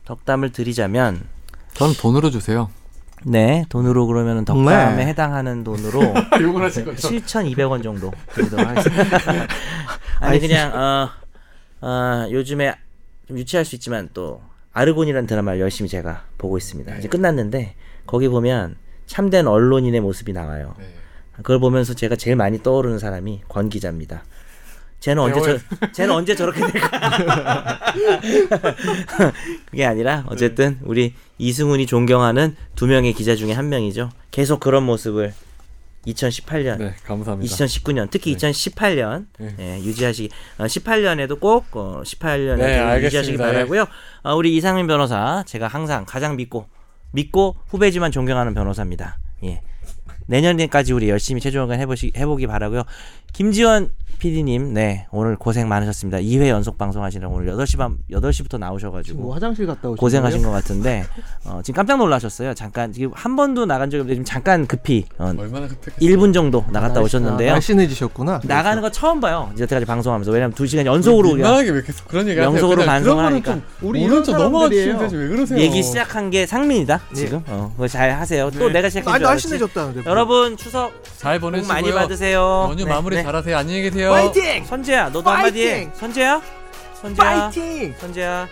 Speaker 3: 덕담을 드리자면
Speaker 1: 저는 돈으로 주세요.
Speaker 3: 네 돈으로 그러면은 덕담에
Speaker 4: 네.
Speaker 3: 해당하는 돈으로
Speaker 1: 아, 욕을 하실 거죠.
Speaker 3: 7,200원 정도 드리도록 하겠습니다. 아니 그냥 어, 어, 요즘에 좀 유치할 수 있지만 또 아르곤이라는 드라마를 열심히 제가 보고 있습니다.
Speaker 1: 네.
Speaker 3: 이제 끝났는데 거기 보면 참된 언론인의 모습이 나와요.
Speaker 1: 네.
Speaker 3: 그걸 보면서 제가 제일 많이 떠오르는 사람이 권 기자입니다. 쟤는 언제
Speaker 1: 네,
Speaker 3: 저, 쟤는 언제 저렇게 될까?
Speaker 1: 네.
Speaker 3: 그게 아니라 어쨌든 우리 이승훈이 존경하는 두 명의 기자 중에 한 명이죠. 계속 그런 모습을 2018년
Speaker 1: 네, 감사합니다.
Speaker 3: 2019년 특히 2018년
Speaker 1: 네.
Speaker 3: 예, 유지하시기 18년에도 꼭 어, 18년에
Speaker 1: 네,
Speaker 3: 유지하시기
Speaker 1: 알겠습니다.
Speaker 3: 바라고요. 아, 우리 이상민 변호사 제가 항상 가장 믿고 믿고 후배지만 존경하는 변호사입니다. 예. 내년까지 우리 열심히 최종의견 해보시, 해보기 바라고요. 김지원 PD님, 네 오늘 고생 많으셨습니다. 2회 연속 방송하시느라 오늘 8시 밤 8시부터 나오셔가지고
Speaker 4: 뭐 화장실 갔다 오신
Speaker 3: 고생하신 것 같은데 어, 지금 깜짝 놀라셨어요. 잠깐 지금 한 번도 나간 적이 없는데 지금 잠깐 급히 어,
Speaker 1: 얼마나 급해?
Speaker 3: 1분 정도 아, 나갔다 오셨는데요.
Speaker 4: 날씬해지셨구나.
Speaker 3: 나가는 거 처음 봐요. 이제 여태까지 방송하면서 왜냐면 두 시간 연속으로 우리가
Speaker 1: 이만하게 왜 계속 그런 얘기 하세요?
Speaker 3: 영속으로
Speaker 1: 그냥
Speaker 3: 반성을
Speaker 1: 그런 거는
Speaker 3: 하니까.
Speaker 1: 좀
Speaker 4: 우리
Speaker 1: 모른
Speaker 4: 이런
Speaker 1: 척 넘어가시면
Speaker 4: 사람들이에요.
Speaker 1: 되지 왜 그러세요?
Speaker 3: 얘기 시작한 게 상민이다 지금. 어, 그거 잘 하세요. 또 내가 시작한
Speaker 4: 날
Speaker 3: 줄 알았지.
Speaker 4: 날씬해졌다는데. 뭐.
Speaker 3: 여러분 추석
Speaker 1: 잘
Speaker 3: 복
Speaker 1: 보내시고요.
Speaker 3: 많이 받으세요.
Speaker 1: 연휴
Speaker 3: 네,
Speaker 1: 마무리
Speaker 3: 네.
Speaker 1: 잘하세요. 안녕히 계세요.
Speaker 4: 파이팅!
Speaker 3: 선재야 너도 한마디 해.
Speaker 4: 파이팅!
Speaker 3: 선재야? 선재야?
Speaker 4: 파이팅!
Speaker 3: 선재야?